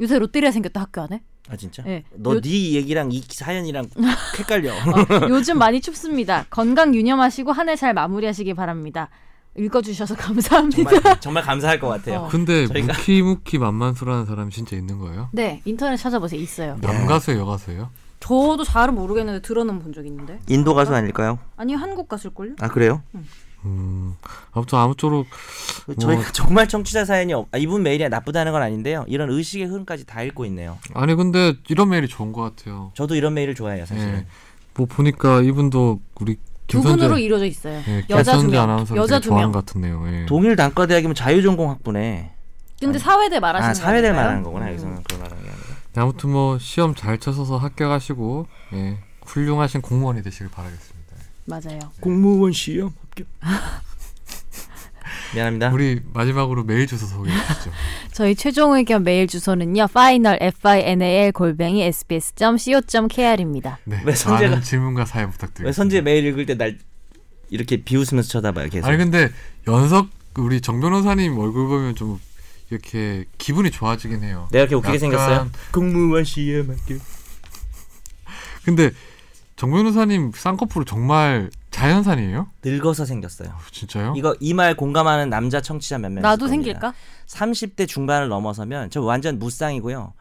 요새 롯데리아 생겼다 학교 안에? 아 진짜? 네. 너 요- 아. 네 얘기랑 이 사연이랑 헷갈려. 요즘 많이 춥습니다. 건강 유념하시고 한 해 잘 마무리하시기 바랍니다. 읽어주셔서 감사합니다. 정말 정말 감사할 것 같아요. 어. 근데 저희가- 무키무키 만만수라는 사람이 진짜 있는 거예요? 네, 인터넷 찾아보세요. 있어요. 네. 남가수예요, 여가수예요? 저도 잘은 모르겠는데 들어는 본 적 있는데. 인도 가수 아닐까요? 아니 한국 가수일걸요? 아 그래요? 음, 아무튼 아무쪼록 그 저희가 정말 청취자 사연이 없... 아, 이분 메일이 나쁘다는 건 아닌데요. 이런 의식의 흐름까지 다 읽고 있네요. 아니 근데 이런 메일이 좋은 것 같아요. 저도 이런 메일을 좋아해요, 사실은. 예. 뭐 보니까 이분도 우리 두 김선재 분으로 이루어져 있어요. 예, 여자 두 김선재 명, 아나운서 여자 여자 두 좋아하는 명. 것 같네요. 예. 동일 단과대학이면 자유전공 학부네. 근데 사회대 말하시는 아 사회대 건가요? 음. 말하는 거구나. 여기서는 그런 말하는 게 아니라. 아무튼 뭐 시험 잘 쳐서 합격하시고 예, 훌륭하신 공무원이 되시길 바라겠습니다. 맞아요. 공무원 시험 합격. 미안합니다. 우리 마지막으로 메일 주소 소개해 주시죠. 저희 최종 의견 메일 주소는요. final f i n a l 골뱅이 s b s c o k r입니다. 네, 왜 선재가- 많은 질문과 사연 부탁드립니다. 왜 선재 메일 읽을 때 날 이렇게 비웃으면서 쳐다봐요, 계속. 아니 근데 연석 우리 정 변호사님 얼굴 보면 좀 이렇게 기분이 좋아지긴 해요. 내가 이렇게 웃기게 약간- 생겼어요? 공무원 시험 합격. 근데 정 변호사님 쌍꺼풀 정말 자연산이에요? 늙어서 생겼어요. 진짜요? 이거 이 말 공감하는 남자 청취자 몇 명? 나도 생길까? 30대 중반을 넘어서면 저 완전 무쌍이고요.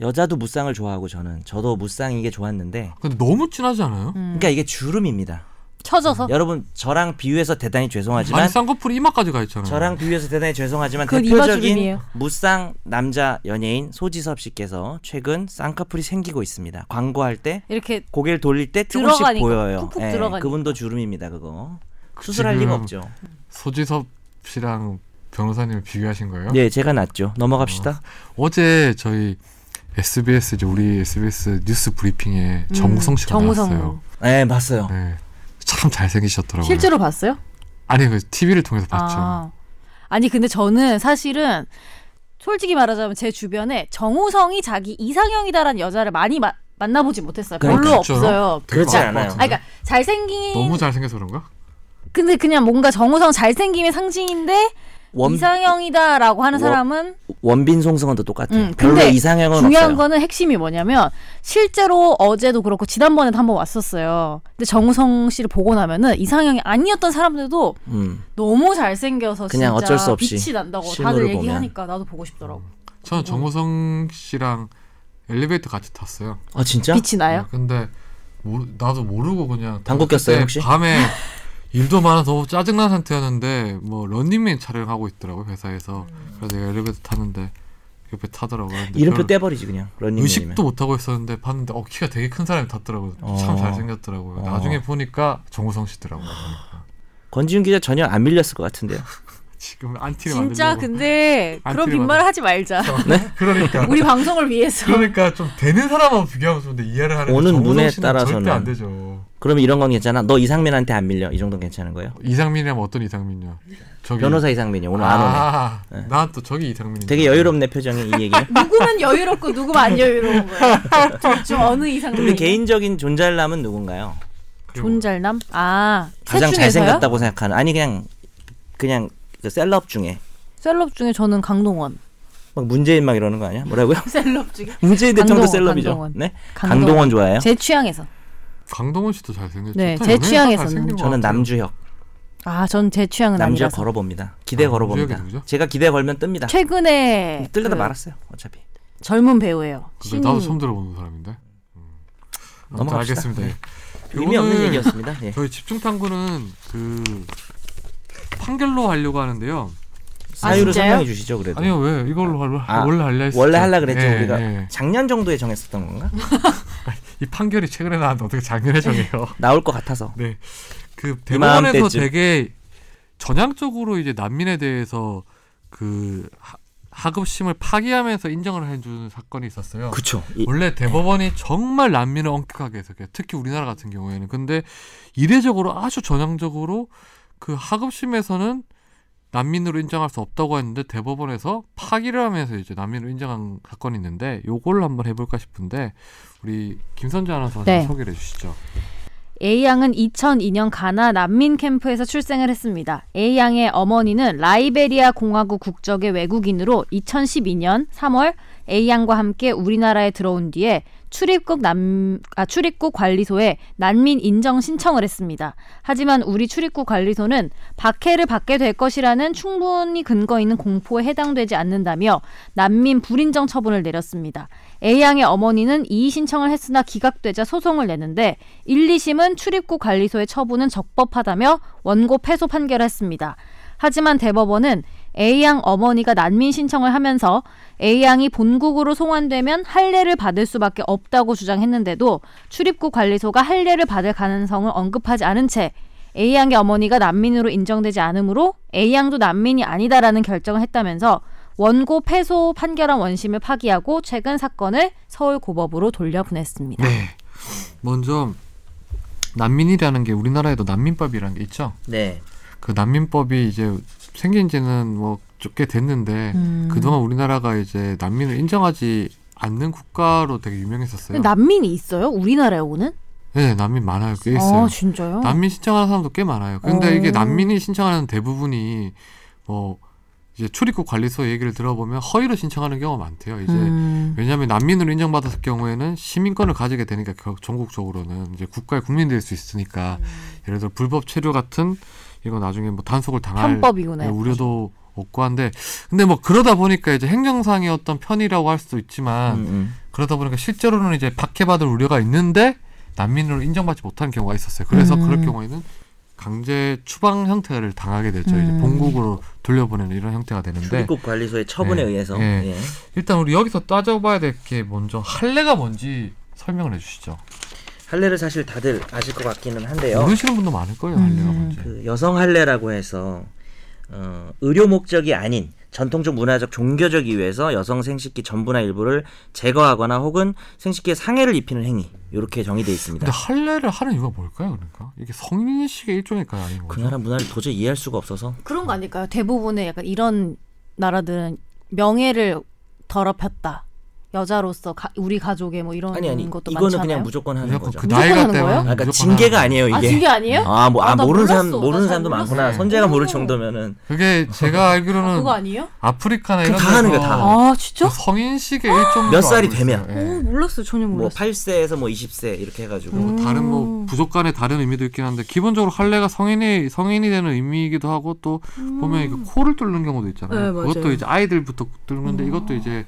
여자도 무쌍을 좋아하고 저는 저도 무쌍인 게 좋았는데 음. 근데 너무 진하지 않아요? 그러니까 이게 주름입니다. 쳐져서 여러분 저랑 비유해서 대단히 죄송하지만 아니 쌍꺼풀이 이마까지 가 있잖아요. 음. 저랑 비유해서 대단히 죄송하지만 그건 이마 대표적인 주름이에요. 무쌍 남자 연예인 소지섭 씨께서 최근 쌍꺼풀이 생기고 있습니다. 광고할 때 이렇게 고개를 돌릴 때 조금씩 들어가니까, 보여요. 푹푹 예, 들어가니까. 그분도 주름입니다. 그거 수술할 지금 어? 리가 없죠. 소지섭 씨랑 변호사님을 비교하신 거예요? 네, 제가 낫죠. 넘어갑시다. 어제 저희 SBS 이제 우리 SBS 뉴스 브리핑에 정우성 씨가 음, 정우성. 나왔어요. 네, 봤어요. 네. 참 잘생기셨더라고요. 실제로 봤어요? 아니 그 TV를 통해서 봤죠. 아. 아니 근데 저는 사실은 솔직히 말하자면 제 주변에 정우성이 자기 이상형이다라는 여자를 많이 마- 만나보지 못했어요. 그러니까 별로 진짜요? 없어요. 되게 그렇지 많을 것 않아요. 같은데? 아, 그러니까 잘생긴 너무 잘생겨서 그런가? 근데 그냥 뭔가 정우성 잘생김의 상징인데 원, 이상형이다라고 하는 원- 사람은 원빈 송승헌도 똑같아. 음, 요 근데 별로 이상형은 중요한 없어요. 거는 핵심이 뭐냐면 실제로 어제도 그렇고 지난번에도 한번 왔었어요. 근데 정우성 씨를 보고 나면은 이상형이 아니었던 사람들도 음. 너무 잘생겨서 그냥 진짜 어쩔 수 없이 빛이 난다고 다들 실물을 보면. 얘기하니까 나도 보고 싶더라고. 어. 저는 정우성 씨랑 엘리베이터 같이 탔어요. 아 진짜? 빛이 나요? 네, 근데 모르- 나도 모르고 그냥 당구 꼈어요, 그때 혹시? 밤에 일도 많아서 짜증난 상태였는데 뭐 런닝맨 촬영하고 있더라고 회사에서 음. 그래서 내가 엘리베이터 타는데 옆에 타더라고 근데 이름표 별로 떼버리지 그냥 런닝맨이면. 어. 의식도 못 하고 있었는데 봤는데 어 키가 되게 큰 사람이 탔더라고 어. 참 잘생겼더라고요 어. 나중에 보니까 정우성 씨더라고요 보니까. 권지윤 기자 전혀 안 밀렸을 것 같은데요. 지금 안티를 진짜 만들려고 근데 안 그런 틀리면 빈말 하지 말자. 그러니까 우리 방송을 위해서. 그러니까 좀 되는 사람하고 비교하면 좀 이해를 하는데 오는 정우성 눈에 씨는 절대 따라서는. 안 되죠 그러면 이런 건 괜찮아. 너 이상민한테 안 밀려. 이 정도는 괜찮은 거예요? 이상민이라면 어떤 이상민이요 저기 변호사 이상민이 오늘 안 오네. 아, 난또 저기 이상민이 되게 여유롭네 표정이 이 얘기. 누구는 여유롭고 누구는 안 여유로운 거야. 좀- 좀 어느 이상. 근데 개인적인 존잘남은 누군가요? 존잘남? 아, 셋 가장 중에서요? 잘생겼다고 생각하는 아니 그냥 그냥 그 셀럽 중에 셀럽 중에 저는 강동원. 막 문재인 막 이러는 거 아니야? 뭐라고요? 셀럽 중에 문재인 강동원, 대통령도 셀럽이죠. 강동원. 네? 강동원. 강동원, 좋아해요? 제 취향에서. 강동원 씨도 잘생겼죠. 네, 제 취향에서는. 저는 남주혁. 아, 전 제 취향은 남주혁 아니라서. 걸어봅니다. 기대 아, 걸어봅니다. 남주혁이 누구죠? 제가 기대 걸면 뜹니다. 최근에 음, 뜰려다 그 말았어요. 어차피. 젊은 배우예요. 근데 신인. 나도 처음 들어보는 사람인데. 음. 아무튼 넘어갑시다. 알겠습니다. 네. 예. 의미 없는 오늘 얘기였습니다. 예. 저희 집중 탐구는 그 판결로 하려고 하는데요. 사유를 진짜요? 설명해 주시죠 그래도. 아, 아니요 왜 이걸로 하려 아, 원래 하려 했었죠. 원래 하려 그랬죠 예, 우리가 예. 작년 정도에 정했었던 건가? 이 판결이 최근에 나왔는데 어떻게 작년에 정해요? 나올 것 같아서. 네. 그 대법원에서 이맘때쯤. 되게 전향적으로 이제 난민에 대해서 그 하- 하급심을 파기하면서 인정을 해주는 사건이 있었어요. 그쵸. 네. 이, 원래 대법원이 정말 난민을 엄격하게 해석해요. 특히 우리나라 같은 경우에는. 근데 이례적으로 아주 전향적으로 그 하급심에서는 난민으로 인정할 수 없다고 했는데 대법원에서 파기를 하면서 이제 난민으로 인정한 사건이 있는데 요걸 한번 해볼까 싶은데 우리 김선재 아나운서가 네. 좀 소개를 해주시죠. A양은 2002년 가나 난민 캠프에서 출생을 했습니다. A양의 어머니는 라이베리아 공화국 국적의 외국인으로 2012년 3월 A양과 함께 우리나라에 들어온 뒤에 출입국 남, 아, 출입국 관리소에 난민 인정 신청을 했습니다. 하지만 우리 출입국 관리소는 박해를 받게 될 것이라는 충분히 근거 있는 공포에 해당되지 않는다며 난민 불인정 처분을 내렸습니다. A양의 어머니는 이의 신청을 했으나 기각되자 소송을 내는데 1, 2심은 출입국 관리소의 처분은 적법하다며 원고 패소 판결했습니다. 하지만 대법원은 A양 어머니가 난민 신청을 하면서 A양이 본국으로 송환되면 할례를 받을 수밖에 없다고 주장했는데도 출입국 관리소가 할례를 받을 가능성을 언급하지 않은 채 A양의 어머니가 난민으로 인정되지 않으므로 A양도 난민이 아니다라는 결정을 했다면서 원고 패소 판결한 원심을 파기하고 최근 사건을 서울 고법으로 돌려보냈습니다. 네. 먼저 난민이라는 게 우리나라에도 난민법이라는 게 있죠. 네. 그 난민법이 이제 생긴 지는 뭐꽤 됐는데 음. 그동안 우리나라가 이제 난민을 인정하지 않는 국가로 되게 근데 유명했었어요. 난민이 있어요? 우리나라에 오는? 네, 난민 많아요. 꽤 있어요. 아 진짜요? 난민 신청하는 사람도 꽤 많아요. 근데 어. 이게 난민이 신청하는 대부분이 뭐 이제 출입국 관리소 얘기를 들어보면 허위로 신청하는 경우가 많대요. 이제 음. 왜냐하면 난민으로 인정받았을 경우에는 시민권을 가지게 되니까 겨- 전국적으로는 이제 국가의 국민 될 수 있으니까 음. 예를 들어 불법 체류 같은 이거 나중에 뭐 단속을 당할 편법이구나. 예, 우려도 없고 한데 근데 뭐 그러다 보니까 이제 행정상의 어떤 편이라고 할 수도 있지만 음, 음. 그러다 보니까 실제로는 이제 박해받을 우려가 있는데 난민으로 인정받지 못한 경우가 있었어요. 그래서 음. 그럴 경우에는 강제 추방 형태를 당하게 되죠. 음. 이제 본국으로 돌려보내는 이런 형태가 되는데 출입국 관리소의 처분에 예, 의해서. 네. 예. 예. 일단 우리 여기서 따져봐야 될 게 먼저 할례가 뭔지 설명을 해주시죠. 할례를 사실 다들 아실 것 같기는 한데요. 모르시는 분도 많을 거예요. 음. 할례가 뭔지. 네, 어. 그 여성 할례라고 해서 어, 의료 목적이 아닌 전통적 문화적 종교적 이유에서 여성 생식기 전부나 일부를 제거하거나 혹은 생식기에 상해를 입히는 행위 이렇게 정의돼 있습니다. 근데 할례를 하는 이유가 뭘까요? 그러니까 이게 성인식의 일종일까요, 아닌 그 거죠? 나라 문화를 도저히 이해할 수가 없어서 그런 거 아닐까요? 대부분의 약간 이런 나라들은 명예를 더럽혔다. 여자로서 가- 우리 가족의 뭐 이런 아니 아니 것도 이거는 많잖아요. 그냥 무조건 하는 무조건 거죠. 그 무조건 나이가 하는 거예요? 때문에 아, 아, 그러니까 무조건 징계가 하는 거예요. 아니에요 아 이게. 징계 아니에요? 아, 뭐, 아, 아, 나 모르는 사람, 몰랐어. 모르는 나잘 사람도 몰랐어. 많구나. 선재가 모를 오. 정도면은. 그게 제가 아, 알기로는 그거 아니에요? 아프리카나 이런 어. 그럼 다 하는 거야, 아, 데서 다. 진짜? 아. 성인식의 일종 몇 살이 되면. 예. 오 몰랐어 전혀 뭐, 몰랐어. 8세에서 뭐, 20세, 이렇게 해가지고. 뭐 다른 음. 뭐 부족 간의 다른 의미도 있긴 한데 기본적으로 할례가 성인이 성인이 되는 의미이기도 하고 또 보면 이게 코를 뚫는 경우도 있잖아요. 음. 네, 맞아요. 음. 그것도 이제 아이들부터 뚫는데 이것도 이제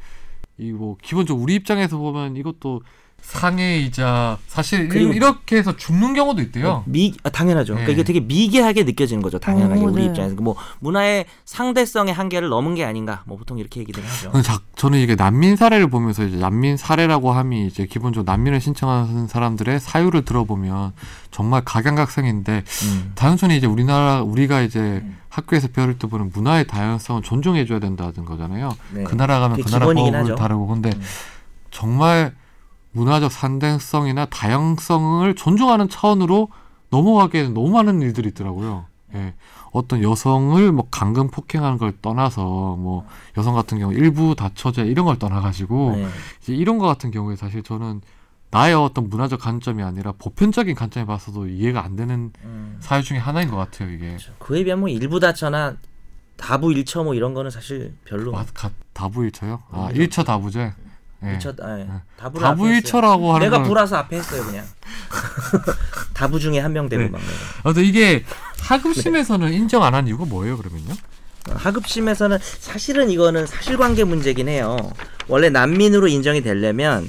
이 뭐 기본적으로 우리 입장에서 보면 이것도 상해이자 사실 그리고- 이- 이렇게 해서 죽는 경우도 있대요. 미 아, 당연하죠. 그러니까 예. 이게 되게 미개하게 느껴지는 거죠. 당연하게 오, 우리 네. 입장에서 뭐 문화의 상대성의 한계를 넘은 게 아닌가. 뭐 보통 이렇게 얘기들 네. 하죠. 저는, 자- 저는 이게 난민 사례를 보면서 이제 난민 사례라고 함이 이제 기본적으로 난민을 신청하는 사람들의 사유를 들어보면 정말 각양각색인데 음. 단순히 이제 우리나라 우리가 이제 학교에서 배울 때 보는 문화의 다양성을 존중해줘야 된다는 거잖아요. 네. 그 나라 가면 그게 그 나라 기본이긴 법을 하죠. 다르고 근데 음. 정말 문화적 상대성이나 다양성을 존중하는 차원으로 넘어가기에는 너무 많은 일들이 있더라고요. 예. 어떤 여성을 뭐 강금 폭행하는 걸 떠나서 뭐 여성 같은 경우 일부 다처제 이런 걸 떠나가지고 네. 이제 이런 거 같은 경우에 사실 저는 나의 어떤 문화적 관점이 아니라 보편적인 관점에 봐서도 이해가 안 되는 음. 사유 중에 하나인 것 같아요 이게 그에 비하면 뭐 일부 다처나 다부 일처 뭐 이런 거는 사실 별로. 와, 가- 아, 다부일처요? 아 그렇죠. 음. 일처 다부제 예. 일처, 아, 예. 다부를 앞에 했어요. 다부일처라고 하는 내가 건 불화서 앞에 했어요 그냥. 다부 중에 한 명 되고 네. 막. 내가. 아, 근데 이게 하급심에서는 인정 안 한 이유가 뭐예요, 그러면요? 하급심에서는 사실은 이거는 사실관계 문제긴 해요. 원래 난민으로 인정이 되려면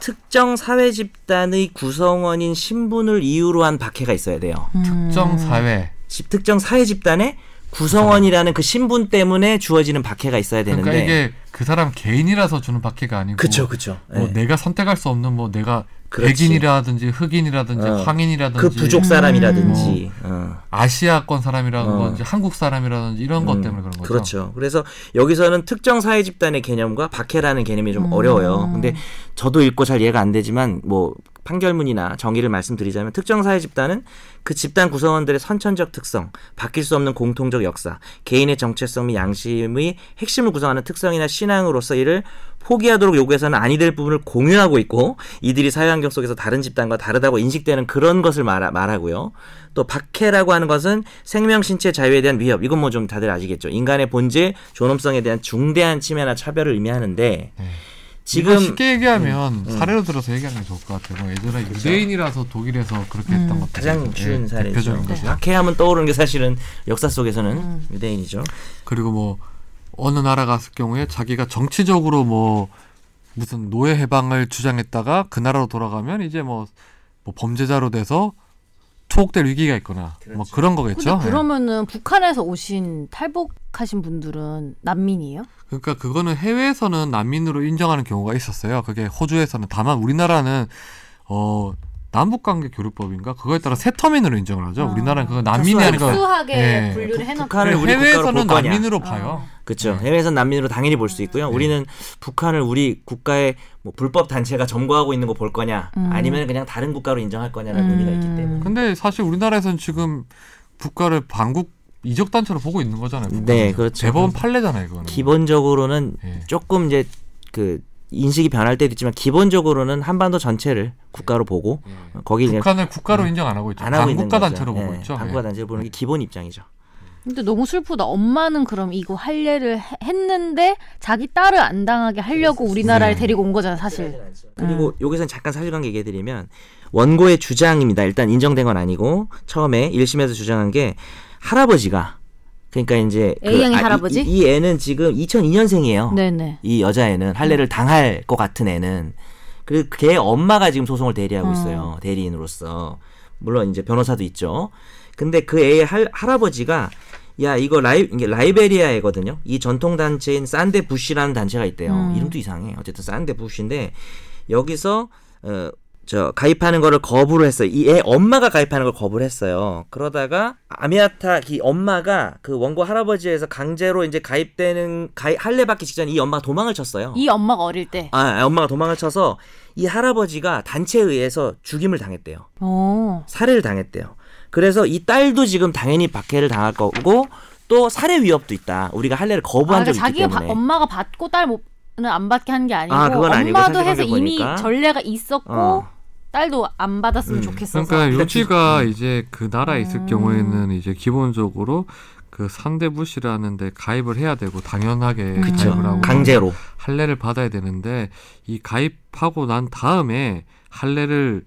특정 사회 집단의 구성원인 신분을 이유로 한 박해가 있어야 돼요. 특정 사회. 집- 특정 사회 집단의 구성원이라는 그 신분 때문에 주어지는 박해가 있어야 그러니까 되는데. 이게 그 사람 개인이라서 주는 박해가 아니고 그쵸 그쵸. 예. 뭐 내가 선택할 수 없는 뭐 내가 그렇지. 백인이라든지 흑인이라든지 어. 황인이라든지 음. 그 부족 사람이라든지. 어. 아시아권 사람이라든지 어. 한국 사람이라든지 이런 것 음, 때문에 그런 거죠. 그렇죠. 그래서 여기서는 특정 사회 집단의 개념과 박해라는 개념이 좀 어려워요. 근데 저도 읽고 잘 이해가 안 되지만 뭐 판결문이나 정의를 말씀드리자면 특정 사회 집단은 그 집단 구성원들의 선천적 특성, 바뀔 수 없는 공통적 역사, 개인의 정체성 및 양심의 핵심을 구성하는 특성이나 신앙으로서 이를 포기하도록 요구해서는 아니 될 부분을 공유하고 있고 이들이 사회 환경 속에서 다른 집단과 다르다고 인식되는 그런 것을 말하, 말하고요. 또 박해라고 하는 것은 생명 신체 자유에 대한 위협. 이건 뭐 좀 다들 아시겠죠. 인간의 본질, 존엄성에 대한 중대한 침해나 차별을 의미하는데 지금 네. 지금 그러니까 음, 쉽게 얘기하면 사례로 들어서 얘기하는 게 좋을 것 같아요. 뭐 예전에 유대인이라서 독일에서 그렇게 음. 했던 것 그렇죠. 가장 쉬운 네, 사례죠. 대표적인 네. 거죠. 박해하면 떠오르는 게 사실은 역사 속에서는 음. 유대인이죠. 그리고 뭐 어느 나라 갔을 경우에 자기가 정치적으로 뭐 무슨 노예 해방을 주장했다가 그 나라로 돌아가면 이제 뭐, 뭐 범죄자로 돼서 투옥될 위기가 있거나 뭐 그렇죠. 그런 근데 거겠죠. 예. 그러면은 북한에서 오신 탈북하신 분들은 난민이에요? 그러니까 그거는 해외에서는 난민으로 인정하는 경우가 있었어요. 그게 호주에서는 다만 우리나라는 어 남북관계 교류법인가 그거에 따라 새 터민으로 인정을 하죠. 아. 우리나라는 그거 난민이 아니고 특수하게 예. 분류를 해놓고 북한을 그렇죠. 우리 해외에서는 국가로 볼 거냐. 난민으로 봐요. 네. 그렇죠. 해외에서는 난민으로 당연히 볼 수 있고요. 우리는 북한을 우리 국가의 뭐 불법 단체가 점거하고 있는 거 볼 거냐, 음. 아니면 그냥 다른 국가로 인정할 거냐라는 음. 의미가 있기 때문에. 근데 사실 우리나라에서는 지금 국가를 반국 이적 단체로 보고 있는 거잖아요. 네, 북한에서. 그렇죠. 대법원 판례잖아요, 그거는. 기본적으로는 예. 조금 이제 그 인식이 변할 때도 있지만 기본적으로는 한반도 전체를 국가로 보고 예. 거기 이제 북한을 국가로 인정 안 하고 있죠. 안 하고 있는 반국가 거죠. 단체로 보고 예, 있죠. 반국가 예. 단체로 보는 게 기본 입장이죠. 근데 너무 슬프다. 엄마는 그럼 이거 할례를 해- 했는데 자기 딸을 안 당하게 하려고 우리나라에 네. 데리고 온 거잖아, 사실. 네, 그리고 여기서는 잠깐 사실관계 얘기해드리면 원고의 주장입니다. 일단 인정된 건 아니고 처음에 1심에서 주장한 게 할아버지가 그러니까 이제 그 A양의 아, 이- 할아버지? 이, 이 애는 지금 2002년생이에요. 네네. 이 여자애는 할례를 당할 것 같은 애는 그리고 걔 엄마가 지금 소송을 대리하고 있어요. 대리인으로서 물론 이제 변호사도 있죠. 근데 그 애의 할, 할아버지가 야 이거 라이 이게 라이베리아애거든요. 이 전통 단체인 산데 부시라는 단체가 있대요. 이름도 이상해. 어쨌든 산데 부시인데 여기서 어, 저 가입하는 거를 거부를 했어요. 이 애 엄마가 가입하는 걸 거부를 했어요. 그러다가 아미아타 이 엄마가 그 원고 할아버지에서 강제로 이제 가입되는 가입 할례 받기 직전에 이 엄마가 도망을 쳤어요. 이 엄마가 어릴 때. 아, 아, 엄마가 도망을 쳐서 이 할아버지가 단체에 의해서 죽임을 당했대요. 어. 살해를 당했대요. 그래서 이 딸도 지금 당연히 박해를 당할 거고 또 살해 위협도 있다. 우리가 할례를 아, 거부한 그러니까 적이 있기 자기가 바- 때문에. 엄마가 받고 딸 못 안 받게 한 게 아니고 아, 그건 아니고 엄마도 해서 생각해보니까. 이미 전례가 있었고 어. 딸도 안 받았으면 음. 좋겠어서 그러니까 유지가 음. 이제 그 나라에 있을 음. 경우에는 이제 기본적으로 그 산대부시라는 데 가입을 해야 되고 당연하게 그쵸. 가입을 하고 그렇죠. 강제로. 할례를 받아야 되는데 이 가입하고 난 다음에 할례를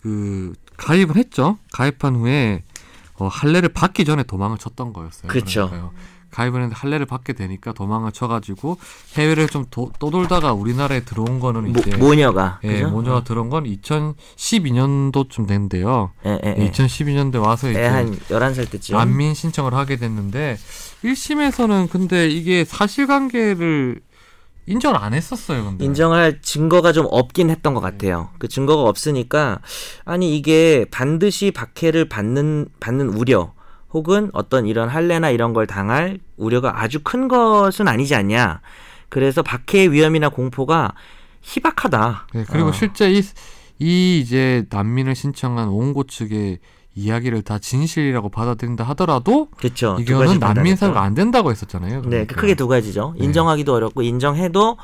그 가입을 했죠. 가입한 후에 어, 할례를 받기 전에 도망을 쳤던 거였어요. 그쵸. 그러니까요. 가입을 했는데 할례를 받게 되니까 도망을 쳐가지고 해외를 좀 도- 떠돌다가 우리나라에 들어온 거는 모, 이제 모녀가. 예, 그죠? 모녀가 들어온 건 2012년도쯤 된대요. 예, 예, 예. 2012년도에 와서 이제 애 한 11살 때쯤. 난민 신청을 하게 됐는데 1심에서는 근데 이게 사실관계를 인정을 안 했었어요. 근데 네. 인정할 증거가 좀 없긴 했던 것 음. 같아요. 그 증거가 없으니까 아니 이게 반드시 박해를 받는 받는 우려 혹은 어떤 이런 할례나 이런 걸 당할 우려가 아주 큰 것은 아니지 않냐. 그래서 박해의 위험이나 공포가 희박하다. 네, 그리고 어. 실제 이, 이 이제 난민을 신청한 온고 측의 이야기를 다 진실이라고 받아들인다 하더라도 그렇죠. 두 가지 이거는 난민 판단했죠. 사유가 안 된다고 했었잖아요. 네, 그러니까. 그 크게 두 가지죠. 네. 인정하기도 어렵고 인정해도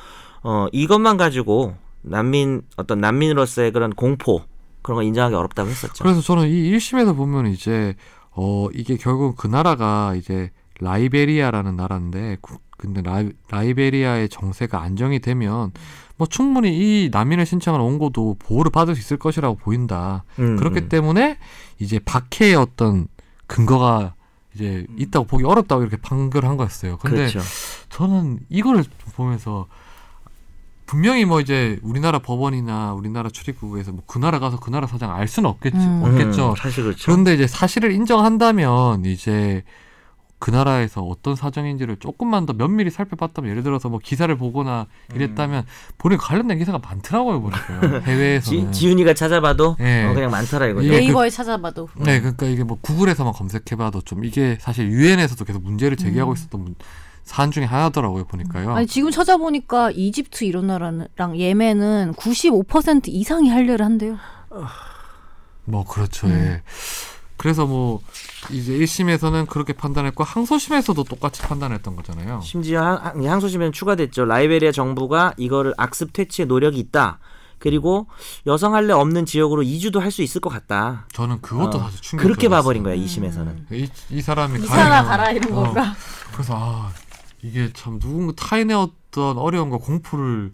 어 이것만 가지고 난민 어떤 난민으로서의 그런 공포 그런 거 인정하기 어렵다고 했었죠. 그래서 저는 이 1심에서 보면 이제 어 이게 결국 그 나라가 이제 라이베리아라는 나라인데 구- 근데 라이, 베리아의 정세가 안정이 되면 뭐 충분히 이 난민을 신청한 원고도 보호를 받을 수 있을 것이라고 보인다. 음, 그렇기 음. 때문에 이제 박해의 어떤 근거가 이제 있다고 보기 어렵다고 이렇게 판결한 거였어요. 근데 음. 그렇죠. 저는 이거를 보면서 분명히 뭐 이제 우리나라 법원이나 우리나라 출입국에서 뭐 그 나라 가서 그 나라 사장 알 수는 없겠죠. 음. 없겠죠. 음, 사실 그렇죠. 그런데 이제 사실을 인정한다면 이제 그 나라에서 어떤 사정인지를 조금만 더 면밀히 살펴봤다면 예를 들어서 뭐 기사를 보거나 음. 이랬다면 보니 관련된 기사가 많더라고요 보니까 해외에서는 지, 윤이가 찾아봐도 네. 예. 어, 그냥 많더라 이거죠. 예. 네이버에 찾아봐도 음. 네, 그러니까 이게 뭐 구글에서만 검색해봐도 좀 이게 사실 유엔에서도 계속 문제를 제기하고 음. 있었던 문- 사안 중에 하나더라고요 보니까요. 어. 아니 지금 찾아보니까 이집트 이런 나라랑 예멘은 95% 이상이 할례를 한대요. 뭐 그렇죠. 음. 예. 그래서 뭐 이제 1심에서는 그렇게 판단했고 항소심에서도 똑같이 판단했던 거잖아요. 심지어 항- 항- 항소심에는 추가됐죠. 라이베리아 정부가 이거를 악습 퇴치의 노력이 있다. 그리고 여성 할례 없는 지역으로 이주도 할 수 있을 것 같다. 저는 그것도 어, 사실 충격. 그렇게 봐버린 거야 이심에서는. 이, 이 사람이 이사나 과연- 가라 이런 어, 건가? 그래서 아 이게 참 누군가 타인의 어떤 어려움과 공포를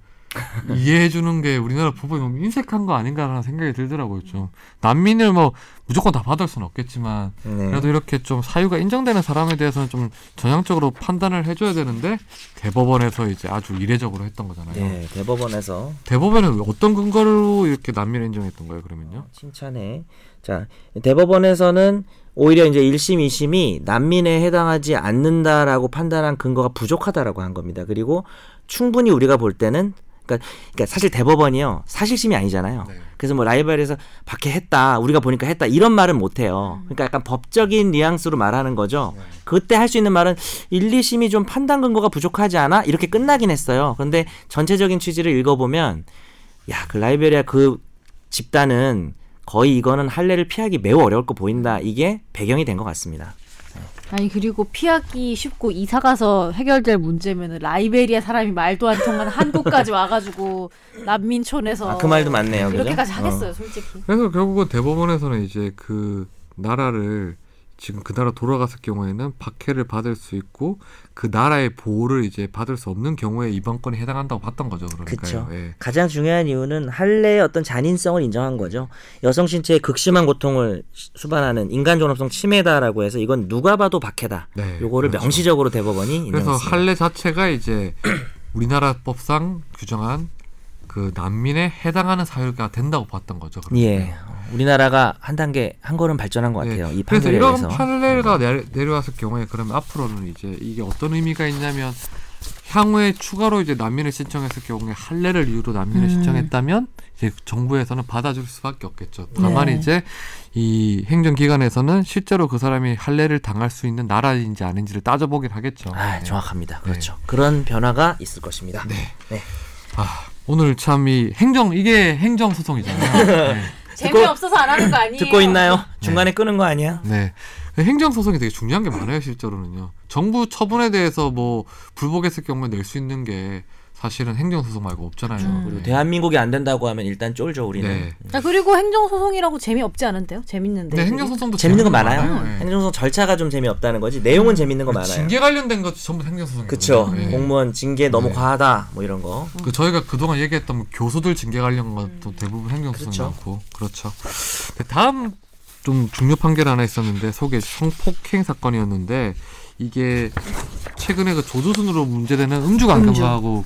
이해해 주는 게 우리나라 법원이 너무 인색한 거 아닌가라는 생각이 들더라고요. 좀 난민을 뭐 무조건 다 받을 수는 없겠지만 네. 음. 그래도 이렇게 좀 사유가 인정되는 사람에 대해서는 좀 전향적으로 판단을 해줘야 되는데 대법원에서 이제 아주 이례적으로 했던 거잖아요. 네, 대법원에서 대법원은 어떤 근거로 이렇게 난민을 인정했던 거예요? 그러면요? 칭찬해. 자, 대법원에서는 오히려 이제 1심, 2심이 난민에 해당하지 않는다라고 판단한 근거가 부족하다라고 한 겁니다. 그리고 충분히 우리가 볼 때는 그러니까, 그러니까 사실 대법원이요 사실심이 아니잖아요. 네. 그래서 뭐 라이벌에서 박해했다, 우리가 보니까 했다 이런 말은 못 해요. 그러니까 약간 법적인 뉘앙스로 말하는 거죠. 그때 할 수 있는 말은 1, 2심이 좀 판단 근거가 부족하지 않아 이렇게 끝나긴 했어요. 그런데 전체적인 취지를 읽어보면 야 그 라이베리아 그 집단은 거의 이거는 할례를 피하기 매우 어려울 거 보인다. 이게 배경이 된 것 같습니다. 아니 그리고 피하기 쉽고 이사 가서 해결될 문제면은 라이베리아 사람이 말도 안 통하는 한국까지 와가지고 난민촌에서 아, 그 말도 맞네요. 그죠? 이렇게까지 어. 하겠어요, 솔직히. 그래서 결국은 대법원에서는 이제 그 나라를 지금 그 나라 돌아갔을 경우에는 박해를 받을 수 있고 그 나라의 보호를 이제 받을 수 없는 경우에 이번 건이 해당한다고 봤던 거죠. 그러니까요. 그쵸. 예. 가장 중요한 이유는 할례의 어떤 잔인성을 인정한 거죠. 여성 신체의 극심한 고통을 시- 수반하는 인간 존엄성 침해다라고 해서 이건 누가 봐도 박해다. 네, 요거를 그렇죠. 명시적으로 대법원이 그래서 인정했습니다. 할례 자체가 이제 우리나라법상 규정한 그 난민에 해당하는 사유가 된다고 봤던 거죠. 그러니까요. 예. 우리나라가 한 단계 한 걸음 발전한 것 예. 같아요. 이 그래서 판결에 이런 의해서. 음. 판례가 내, 내려왔을 경우에 그러면 앞으로는 이제 이게 어떤 의미가 있냐면 향후에 추가로 이제 난민을 신청했을 경우에 할례를 이유로 난민을 음. 신청했다면 이제 정부에서는 받아줄 수밖에 없겠죠. 다만 네. 이제 이 행정기관에서는 실제로 그 사람이 할례를 당할 수 있는 나라인지 아닌지를 따져보긴 하겠죠. 아, 네. 정확합니다. 네. 그렇죠. 그런 변화가 있을 것입니다. 아, 오늘 참 이 행정 이게 행정 소송이잖아요. 네. 재미없어서 안 하는 거 아니에요? 듣고 있나요? 중간에 끄는 거 아니야? 네. 행정 소송이 되게 중요한 게 많아요, 실제로는요. 정부 처분에 대해서 뭐 불복했을 경우에 낼 수 있는 게 사실은 행정소송 말고 없잖아요. 음. 그리고 대한민국이 안 된다고 하면 일단 쫄죠 우리는. 네. 아, 그리고 행정소송이라고 재미없지 않은데요? 재밌는데. 근데 행정소송도 뭐 재밌는 거 재밌는 많아요. 행정소송 절차가 좀 재미없다는 거지 내용은 재밌는 거 그 많아요. 음. 징계 관련된 것도 전부 행정소송이에요. 그쵸 예. 공무원 징계 너무 네. 과하다 뭐 이런 거. 그 저희가 그동안 얘기했던 뭐 교수들 징계 관련 것도 대부분 행정소송이 그렇죠. 많고 그렇죠. 네, 다음 좀 중요 판결 하나 있었는데 소개 성폭행 사건이었는데 이게 최근에 그 조두순으로 문제되는 음주 강경하고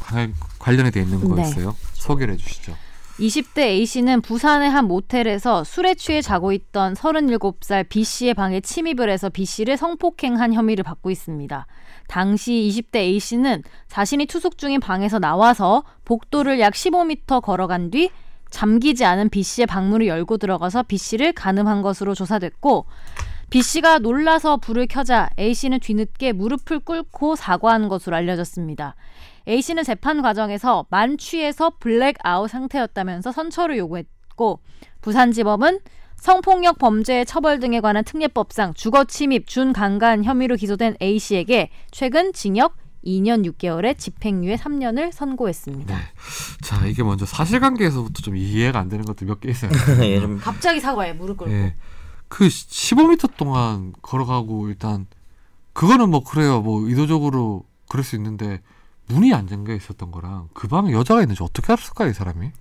관련이 돼 있는 네. 거였어요. 소개를 해주시죠. 20대 A씨는 부산의 한 모텔에서 술에 취해 자고 있던 37살 B씨의 방에 침입을 해서 B씨를 성폭행한 혐의를 받고 있습니다. 당시 20대 A씨는 자신이 투숙 중인 방에서 나와서 복도를 약 15m 걸어간 뒤 잠기지 않은 B씨의 방문을 열고 들어가서 B씨를 가늠한 것으로 조사됐고 B씨가 놀라서 불을 켜자 A씨는 뒤늦게 무릎을 꿇고 사과한 것으로 알려졌습니다. A씨는 재판 과정에서 만취해서 블랙아웃 상태였다면서 선처를 요구했고 부산지법은 성폭력 범죄의 처벌 등에 관한 특례법상 주거침입, 준강간 혐의로 기소된 A씨에게 최근 징역 2년 6개월에 집행유예 3년을 선고했습니다. 네. 자 이게 먼저 사실관계에서부터 좀 이해가 안 되는 것도 몇 개 있어요. 예, 좀 갑자기 사과해 무릎 꿇고. 예. 그 15m 동안 걸어가고 일단 그거는 뭐 그래요. 뭐 의도적으로 그럴 수 있는데 문이 안 잠겨 있었던 거랑 그 방에 여자가 있는지 어떻게 알았을까요, 이 사람이?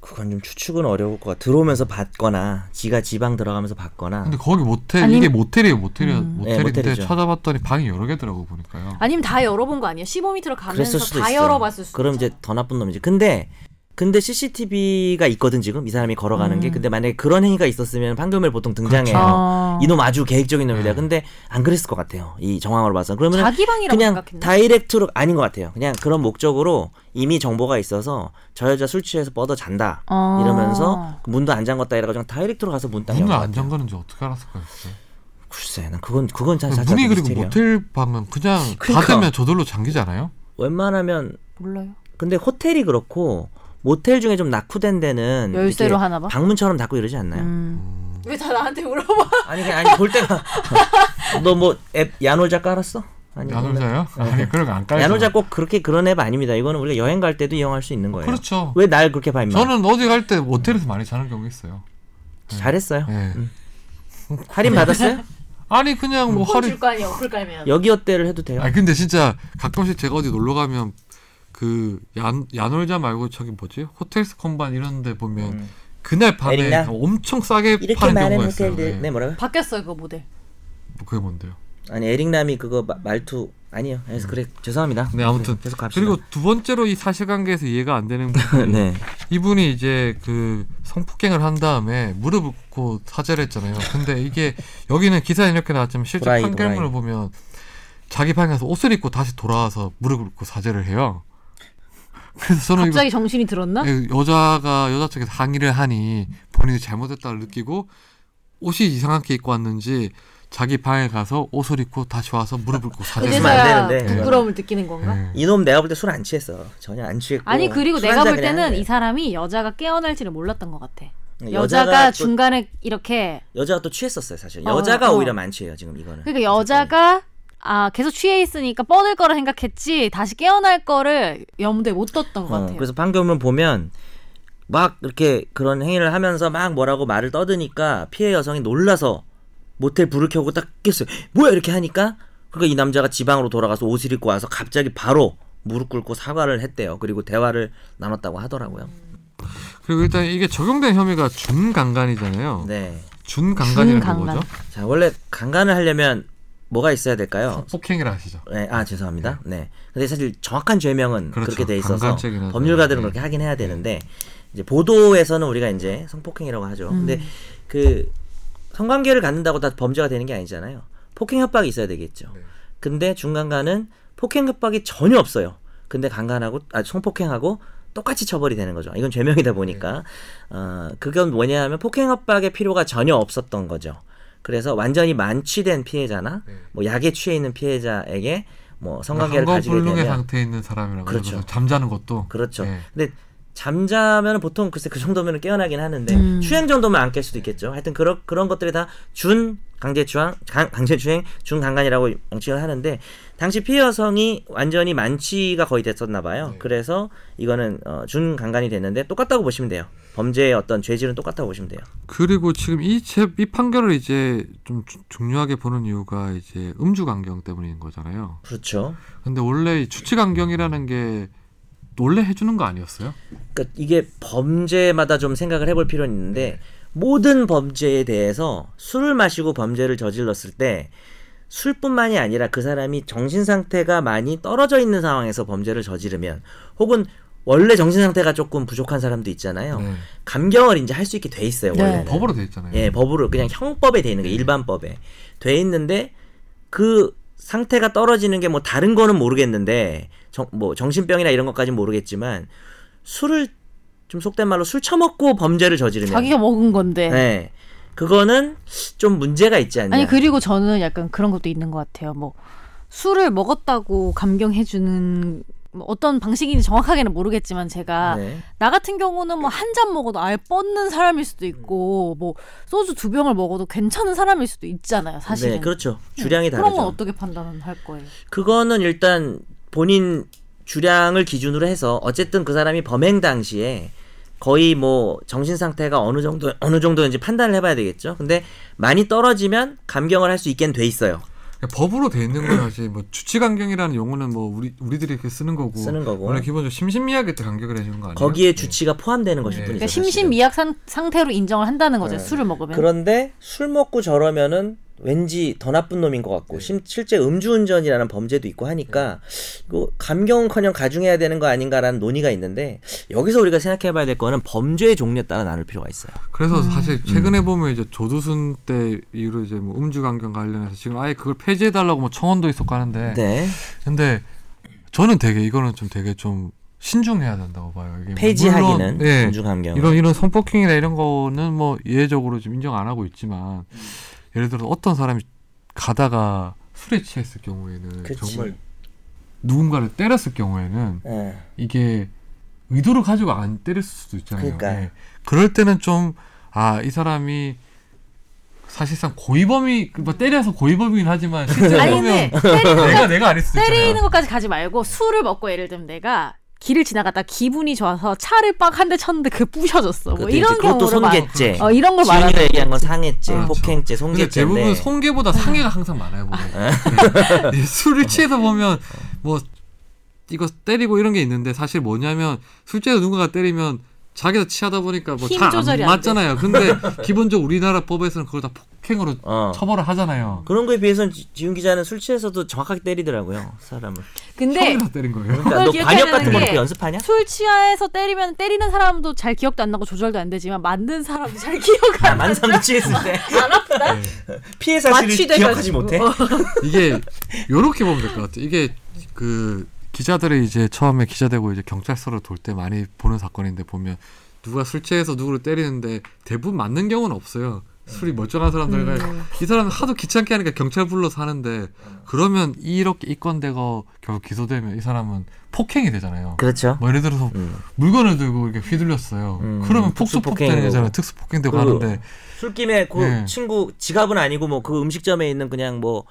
그건 좀 추측은 어려울 것 같아. 들어오면서 봤거나 지가 지방 들어가면서 봤거나. 근데 거기 모텔 아니- 이게 모텔이에요, 모텔이 음. 모텔인데 네, 모텔이죠. 찾아봤더니 방이 여러 개더라고 보니까요. 아니면 다 열어본 거 아니에요? 15m를 그랬을 수도 있어. 그럼 이제 더 나쁜 놈이지. 근데 근데 CCTV가 있거든 지금 이 사람이 걸어가는 게. 음. 근데 만약에 그런 행위가 있었으면 판결물 보통 등장해요. 아. 이놈 아주 계획적인 놈이다. 네. 근데 안 그랬을 것 같아요. 이 정황으로 봐서. 그러면 자기 방이라고 그냥 생각했나? 다이렉트로 아닌 것 같아요. 그냥 그런 목적으로 이미 정보가 있어서 저 여자 술 취해서 뻗어 잔다. 아. 이러면서 그 문도 안 잠궜다 이래가지고 다이렉트로 가서 문딱 문을 열고 안 잠그는지 어떻게 알았을까요? 진짜? 글쎄, 난 그건 그건 잘 문이 아, 그리고 모텔 방은 그냥 그러니까. 닫으면 저절로 잠기잖아요. 웬만하면 몰라요. 근데 호텔이 그렇고 모텔 중에 좀 낙후된 데는 열쇠로 음, 이렇게 하나 봐. 음. 방문처럼 닫고 이러지 않나요? 왜 다 나한테 물어봐? 아니 그냥 아니 볼 때가 너 뭐 앱 야놀자 깔았어? 아니 네. 야놀자요? 아니 그런 거안 깔죠. 야놀자 꼭 그렇게 그런 앱 아닙니다. 이거는 우리가 여행 갈 때도 이용할 수 있는 거예요. 그렇죠. 왜 날 그렇게 봐 임마? 저는 어디 갈 때 모텔에서 많이 자는 경우 있어요. 잘했어요. 예. 할인 받았어요? 아니 그냥 뭐 허리 거 아니야, 어플 깔면. 여기 어때를 해도 돼요. 아니 근데 진짜 가끔씩 제가 어디 놀러 가면 그 야- 야놀자 말고 저기 뭐지 호텔스 컴반 이런데 보면 음. 그날 밤에 에릭나? 엄청 싸게 이렇게 파는 많은 경우가 있어요. 호텔들 예. 네 뭐라고? 바뀌었어요 그 모델. 뭐 그게 뭔데요? 아니 에릭남이 그거 마- 말투 아니요. 그래서 그래 죄송합니다. 네 아무튼 네, 계속 갑시다. 그리고 두 번째로 이 사실관계에서 이해가 안 되는 부분 네. 이분이 이제 그 성폭행을 한 다음에 무릎 꿇고 사죄를 했잖아요. 근데 이게 여기는 기사에 이렇게 나왔지만 실제 도라이, 판결문을 도라이. 보면 자기 방에 가서 옷을 입고 다시 돌아와서 무릎 꿇고 사죄를 해요. 그래서 저는 이거 갑자기 정신이 들었나? 아, 예, 여자가 여자 쪽에서 항의를 하니 본인이 잘못했다고 느끼고 옷이 이상하게 입고 왔는지 자기 방에 가서 옷을 입고 다시 와서 무릎 꿇고 사죄를 그제서야 해요. 안 되는데. 부끄러움을 느끼는 건가? 예. 이놈 내가 볼 때 술 안 취했어. 전혀 안 취했고. 아니 그리고 뭐 술 내가 한잔 볼 그냥 때는 하는 이 사람이 여자가 깨어날지를 몰랐던 것 같아. 거예요. 여자가, 여자가 또- 중간에 이렇게 여자가 또 취했었어요 사실. 어, 여자가 어. 오히려 만취해요 지금 이거는. 그러니까 여자가 아 계속 취해 있으니까 뻗을 거라 생각했지 다시 깨어날 거를 염두에 못 뒀던 것 어, 같아요. 그래서 판결문 보면 막 이렇게 그런 행위를 하면서 막 뭐라고 말을 떠드니까 피해 여성이 놀라서 모텔 불을 켜고 딱 깼어요. 뭐야 이렇게 하니까 그러니까 이 남자가 지방으로 돌아가서 옷을 입고 와서 갑자기 바로 무릎 꿇고 사과를 했대요. 그리고 대화를 나눴다고 하더라고요. 그리고 일단 이게 적용된 혐의가 어. 준강간이잖아요. 네. 준강간이라는 게 준강간. 뭐죠? 자 원래 강간을 하려면 뭐가 있어야 될까요? 폭행을 아시죠? 네, 아 죄송합니다. 네. 근데 사실 정확한 죄명은 그렇 그렇죠. 게돼 있어서 강간죄긴 하죠. 법률가들은 네. 그렇게 하긴 해야 되는데 이제 보도에서는 우리가 이제 성폭행이라고 하죠. 근데 그 성관계를 갖는다고 다 범죄가 되는 게 아니잖아요. 폭행 협박이 있어야 되겠죠. 근데 중간간은 폭행 협박이 전혀 없어요. 근데 강간하고 아 성폭행하고 똑같이 처벌이 되는 거죠. 이건 죄명이다 보니까 네. 어, 그건 뭐냐하면 폭행 협박의 필요가 전혀 없었던 거죠. 그래서 완전히 만취된 피해자나 네. 뭐 약에 취해 있는 피해자에게 뭐 성관계를 가지게 불능의 되면 그러니까 상태에 있는 사람이라고 그렇죠. 그래서 잠자는 것도 그렇죠. 예. 근데 잠자면 보통 글쎄 그 정도면 깨어나긴 하는데 음. 추행 정도면 안 깰 수도 있겠죠. 하여튼 그런 그런 것들이 다 준 강제추행, 강, 강제추행 중강간이라고 명칭을 하는데 당시 피해 여성이 완전히 만취가 거의 됐었나 봐요. 네. 그래서 이거는 어, 중강간이 됐는데 똑같다고 보시면 돼요. 범죄의 어떤 죄질은 똑같다고 보시면 돼요. 그리고 지금 이 책, 이 판결을 이제 좀 주- 중요하게 보는 이유가 이제 음주 강경 때문인 거잖아요. 그렇죠. 근데 원래 이 주치 강경이라는 게 원래 해주는 거 아니었어요? 그러니까 이게 범죄마다 좀 생각을 해볼 필요는 있는데 모든 범죄에 대해서 술을 마시고 범죄를 저질렀을 때 술뿐만이 아니라 그 사람이 정신 상태가 많이 떨어져 있는 상황에서 범죄를 저지르면 혹은 원래 정신 상태가 조금 부족한 사람도 있잖아요. 네. 감경을 이제 할 수 있게 돼 있어요. 네. 원래 법으로 돼 있잖아요. 예, 법으로 그냥 형법에 돼 있는 음. 거 일반법에 돼 있는데 그 상태가 떨어지는 게 뭐 다른 거는 모르겠는데 정, 뭐 정신병이나 이런 것까지는 모르겠지만 술을 좀 속된 말로 술 처먹고 범죄를 저지르면 자기가 먹은 건데. 예. 그거는 좀 문제가 있지 않냐. 아니 그리고 저는 약간 그런 것도 있는 것 같아요. 뭐 술을 먹었다고 감경해주는 뭐 어떤 방식인지 정확하게는 모르겠지만 제가 네. 나 같은 경우는 뭐 한 잔 먹어도 아예 뻗는 사람일 수도 있고 음. 뭐 소주 두 병을 먹어도 괜찮은 사람일 수도 있잖아요. 사실은. 네, 그렇죠. 주량이 그런 건 다르죠. 그렇죠, 어떻게 판단을 할 거예요? 그거는 일단 본인 주량을 기준으로 해서 어쨌든 그 사람이 범행 당시에 거의 뭐 정신 상태가 어느 정도 어느 정도인지 판단을 해봐야 되겠죠. 근데 많이 떨어지면 감경을 할 수 있게는 돼 있어요. 그러니까 법으로 돼 있는 건 사실 뭐 주치 강경이라는 용어는 뭐 우리 우리들이 이렇게 쓰는 거고 쓰는 거고. 원래 기본적으로 심신미약에 때 강경을 해주는 거 아니에요? 거기에 네. 주치가 포함되는 것일 네. 뿐이죠. 그러니까 사실은. 심신미약 상, 상태로 인정을 한다는 거죠. 네. 술을 먹으면. 그런데 술 먹고 저러면은 왠지 더 나쁜 놈인 것 같고 네. 심- 실제 음주운전이라는 범죄도 있고 하니까 이거 감경은커녕 가중해야 되는 거 아닌가라는 논의가 있는데 여기서 우리가 생각해봐야 될 거는 범죄의 종류에 따라 나눌 필요가 있어요. 그래서 사실 최근에 보면 이제 조두순 때 이후로 이제 뭐 음주 강경 관련해서 지금 아예 그걸 폐지해 달라고 뭐 청원도 있었고 하는데 네. 근데 저는 되게 이거는 좀 되게 좀 신중해야 된다고 봐요. 이게 폐지하기는 물론, 예, 음주 감경. 이런 이런 성폭행이나 이런 거는 뭐 예외적으로 좀 인정 안 하고 있지만 음. 예를 들어 어떤 사람이 가다가 술에 취했을 경우에는 그치. 정말 누군가를 때렸을 경우에는 예. 이게 의도를 가지고 안 때릴 수도 있잖아요. 그러니까요. 예. 그럴 때는 좀 아 이 사람이 사실상 고의범이 뭐 때려서 고의범이긴 하지만 실제 아니 보면 근데 때리는 내가 내가 아닐 수도 있잖아요. 때리는 것까지 가지 말고 술을 먹고 예를 들면 내가 길을 지나가다 기분이 좋아서 차를 빡 한 대 쳤는데 그 부셔졌어. 뭐 그것도 이제 이런 그것도 경우를 말- 손괴죄. 어, 이런 걸 지훈이가 말하는 얘기한 건 상해죄, 그렇죠. 근데 폭행죄, 송괴죄인데. 대부분 손괴보다 상해가 항상 많아요 보면 예. 술을 취해서 보면 뭐 이거 때리고 이런 게 있는데 사실 뭐냐면 술 취해서 누군가 때리면 자기가 취하다 보니까 힘 뭐 잘 조절이 안 안 맞잖아요 근데 기본적으로 우리나라 법에서는 그걸 다 폭행으로 어. 처벌을 하잖아요 그런 거에 비해서는 지- 지훈 기자는 술 취해서도 정확하게 때리더라고요 사람을. 근데 처음이라 때린 거예요 그러니까 너 기억해야 관역 되는 같은 거 게 이렇게 연습하냐? 술 취하에서 때리면 때리는 사람도 잘 기억도 안 나고 조절도 안 되지만 만든 사람도 잘 기억 안 만삼 취했을 때 안 아프다. 피해 사실을 마취돼가지고. 기억하지 못해. 그러니까 어. 이게 요렇게 보면 될 것 같아요 이게 그 기자들이 이제 처음에 기자되고 이제 경찰서로 돌 때 많이 보는 사건인데 보면 누가 술 취해서 누구를 때리는데 대부분 맞는 경우는 없어요 술이 멀쩡한 사람들과 이 사람은 하도 귀찮게 하니까 경찰 불러서 하는데 그러면 이렇게 입건되고 결국 기소되면 이 사람은 폭행이 되잖아요. 그렇죠. 뭐 예를 들어서 음. 물건을 들고 이렇게 휘둘렸어요. 음, 그러면 특수 폭수폭행이 폭행이고. 되잖아요. 특수폭행되고 그- 하는데 술김에 그 네. 친구 지갑은 아니고 뭐 그 음식점에 있는 그냥 뭐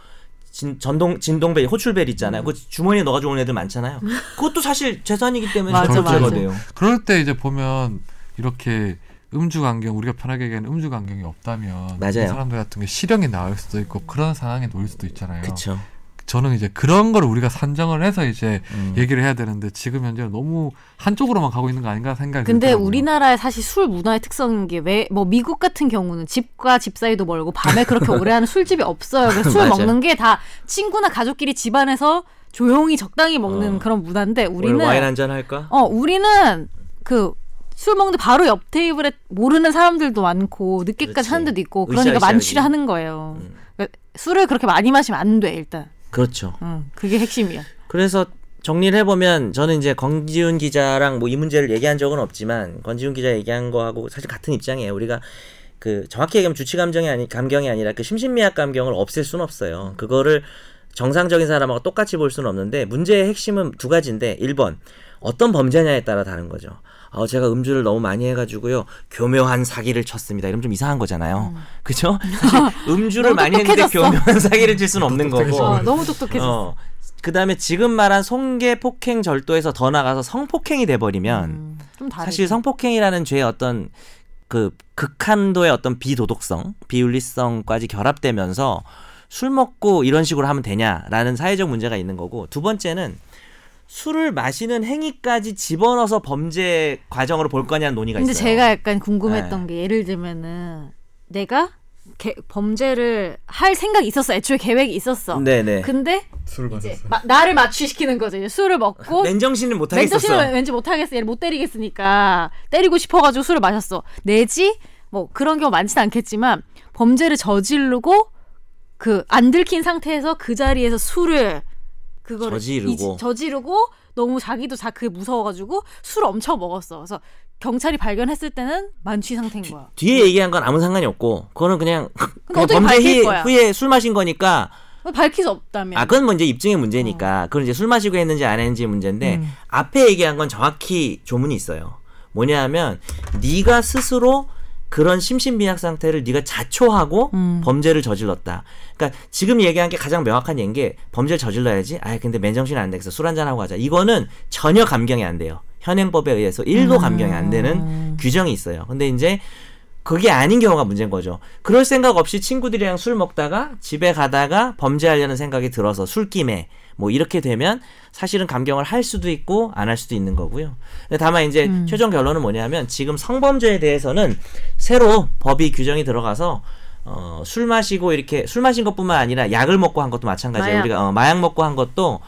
진, 전동 진동벨 호출벨 있잖아요. 그 주머니에 넣어가지고 오는 애들 많잖아요. 그것도 사실 재산이기 때문에 맞아, 저죄가 맞아. 돼요. 그럴 때 이제 보면 이렇게 음주 강경 우리가 편하게 얘기하는 음주 강경이 없다면 맞아요. 이 사람들 같은 게 실형이 나올 수도 있고 그런 상황에 놓일 수도 있잖아요. 그렇죠. 저는 이제 그런 걸 우리가 산정을 해서 이제 음. 얘기를 해야 되는데 지금 현재 는 너무 한쪽으로만 가고 있는 거 아닌가 생각이 근데 뭐. 들더라고요. 우리나라의 사실 술 문화의 특성인 게 왜 뭐 미국 같은 경우는 집과 집 사이도 멀고 밤에 그렇게 오래 하는 술집이 없어요. 그래서 술 맞아요. 먹는 게 다 친구나 가족끼리 집안에서 조용히 적당히 먹는 어. 그런 문화인데 오늘 와인 우리는 한 잔 할까? 어 우리는 그 술 먹는데 바로 옆 테이블에 모르는 사람들도 많고 늦게까지 그렇지. 하는 데도 있고 으쌰으쌰 그러니까 만취를 하지. 하는 거예요. 음. 그러니까 술을 그렇게 많이 마시면 안 돼 일단. 그렇죠. 응, 그게 핵심이야. 그래서 정리를 해보면 저는 이제 권지훈 기자랑 뭐 이 문제를 얘기한 적은 없지만 권지훈 기자 얘기한 거하고 사실 같은 입장이에요. 우리가 그 정확히 얘기하면 주치 감정이 아니 감경이 아니라 그 심신미약 감경을 없앨 순 없어요. 그거를 정상적인 사람하고 똑같이 볼 수는 없는데 문제의 핵심은 두 가지인데 1번 어떤 범죄냐에 따라 다른 거죠. 아, 제가 음주를 너무 많이 해가지고요 교묘한 사기를 쳤습니다. 이러면 좀 이상한 거잖아요. 그죠? 사실 음. 음주를 너무 많이 했는데 똑똑해졌어. 교묘한 사기를 칠 수는 없는 거고. 어, 너무 똑똑해졌어. 뭐, 어. 그다음에 지금 말한 송계 폭행 절도에서 더 나가서 성폭행이 돼버리면 음, 좀 다르. 사실 성폭행이라는 죄의 어떤 그 극한도의 어떤 비도덕성, 비윤리성까지 결합되면서 술 먹고 이런 식으로 하면 되냐라는 사회적 문제가 있는 거고 두 번째는 술을 마시는 행위까지 집어넣어서 범죄 과정으로 볼 거냐는 논의가 근데 있어요. 네. 제가 약간 궁금했던 게 예를 들면은 내가 개- 범죄를 할 생각이 있었어. 애초에 계획이 있었어. 네네. 근데 술 이제 마셨어요. 마- 나를 마취시키는 거죠. 이제 술을 먹고 맨정신을 그 못 하겠었어. 맨정신은 왠지 못하겠어. 얘를 못 때리겠으니까 때리고 싶어가지고 술을 마셨어. 내지 뭐 그런 경우 많지는 않겠지만 범죄를 저지르고 그 안 들킨 상태에서 그 자리에서 술을 그거를 저지르고. 이지- 저지르고 너무 자기도 자 그게 무서워가지고 술을 엄청 먹었어. 그래서 경찰이 발견했을 때는 만취 상태인 거야. 뒤에 얘기한 건 아무 상관이 없고 그거는 그냥 그냥 어떻게 범죄 밝힐 히- 거야? 후에 술 마신 거니까 밝힐 수 없다면. 아, 그건 뭐 이제 입증의 문제니까. 그건 이제 술 마시고 했는지 안 했는지 문제인데 앞에 얘기한 건 정확히 조문이 있어요. 뭐냐하면 네가 스스로 그런 심신미약 상태를 네가 자초하고 범죄를 저질렀다. 그러니까 지금 얘기한 게 가장 명확한 얘기인 게 범죄를 저질러야지. 아, 근데 맨정신 안 되겠어. 술 한잔 하고 가자. 이거는 전혀 감경이 안 돼요. 현행법에 의해서 일도 감경이 안 되는 규정이 있어요. 근데 이제 그게 아닌 경우가 문제인 거죠. 그럴 생각 없이 친구들이랑 술 먹다가 집에 가다가 범죄하려는 생각이 들어서 술김에 뭐 이렇게 되면 사실은 감경을 할 수도 있고 안 할 수도 있는 거고요. 근데 다만 이제 최종 결론은 뭐냐면 지금 성범죄에 대해서는 새로 법이 규정이 들어가서 어, 술 마시고 이렇게 술 마신 것뿐만 아니라 약을 먹고 한 것도 마찬가지예요. 마약. 우리가 어, 마약 먹고 한 것도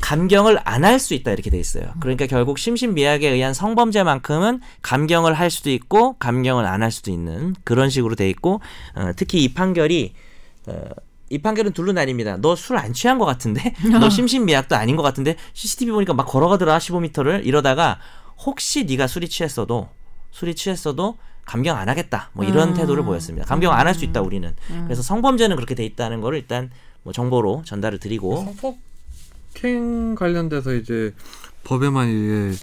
감경을 안 할 수 있다 이렇게 돼 있어요. 그러니까 결국 심신미약에 의한 성범죄만큼은 감경을 할 수도 있고 감경을 안 할 수도 있는 그런 식으로 돼 있고 어, 특히 이 판결이 어, 이 판결은 둘로 나뉩니다. 너 술 안 취한 것 같은데 너 심신미약도 아닌 것 같은데 CCTV 보니까 막 걸어가더라 15m를 이러다가 혹시 네가 술이 취했어도 술이 취했어도 감경 안 하겠다 뭐 이런 태도를 보였습니다. 감경 안 할 수 있다 우리는 그래서 성범죄는 그렇게 돼 있다는 거를 일단 뭐 정보로 전달을 뭐? 드리고 성폭행 관련돼서 이제 법에만 이제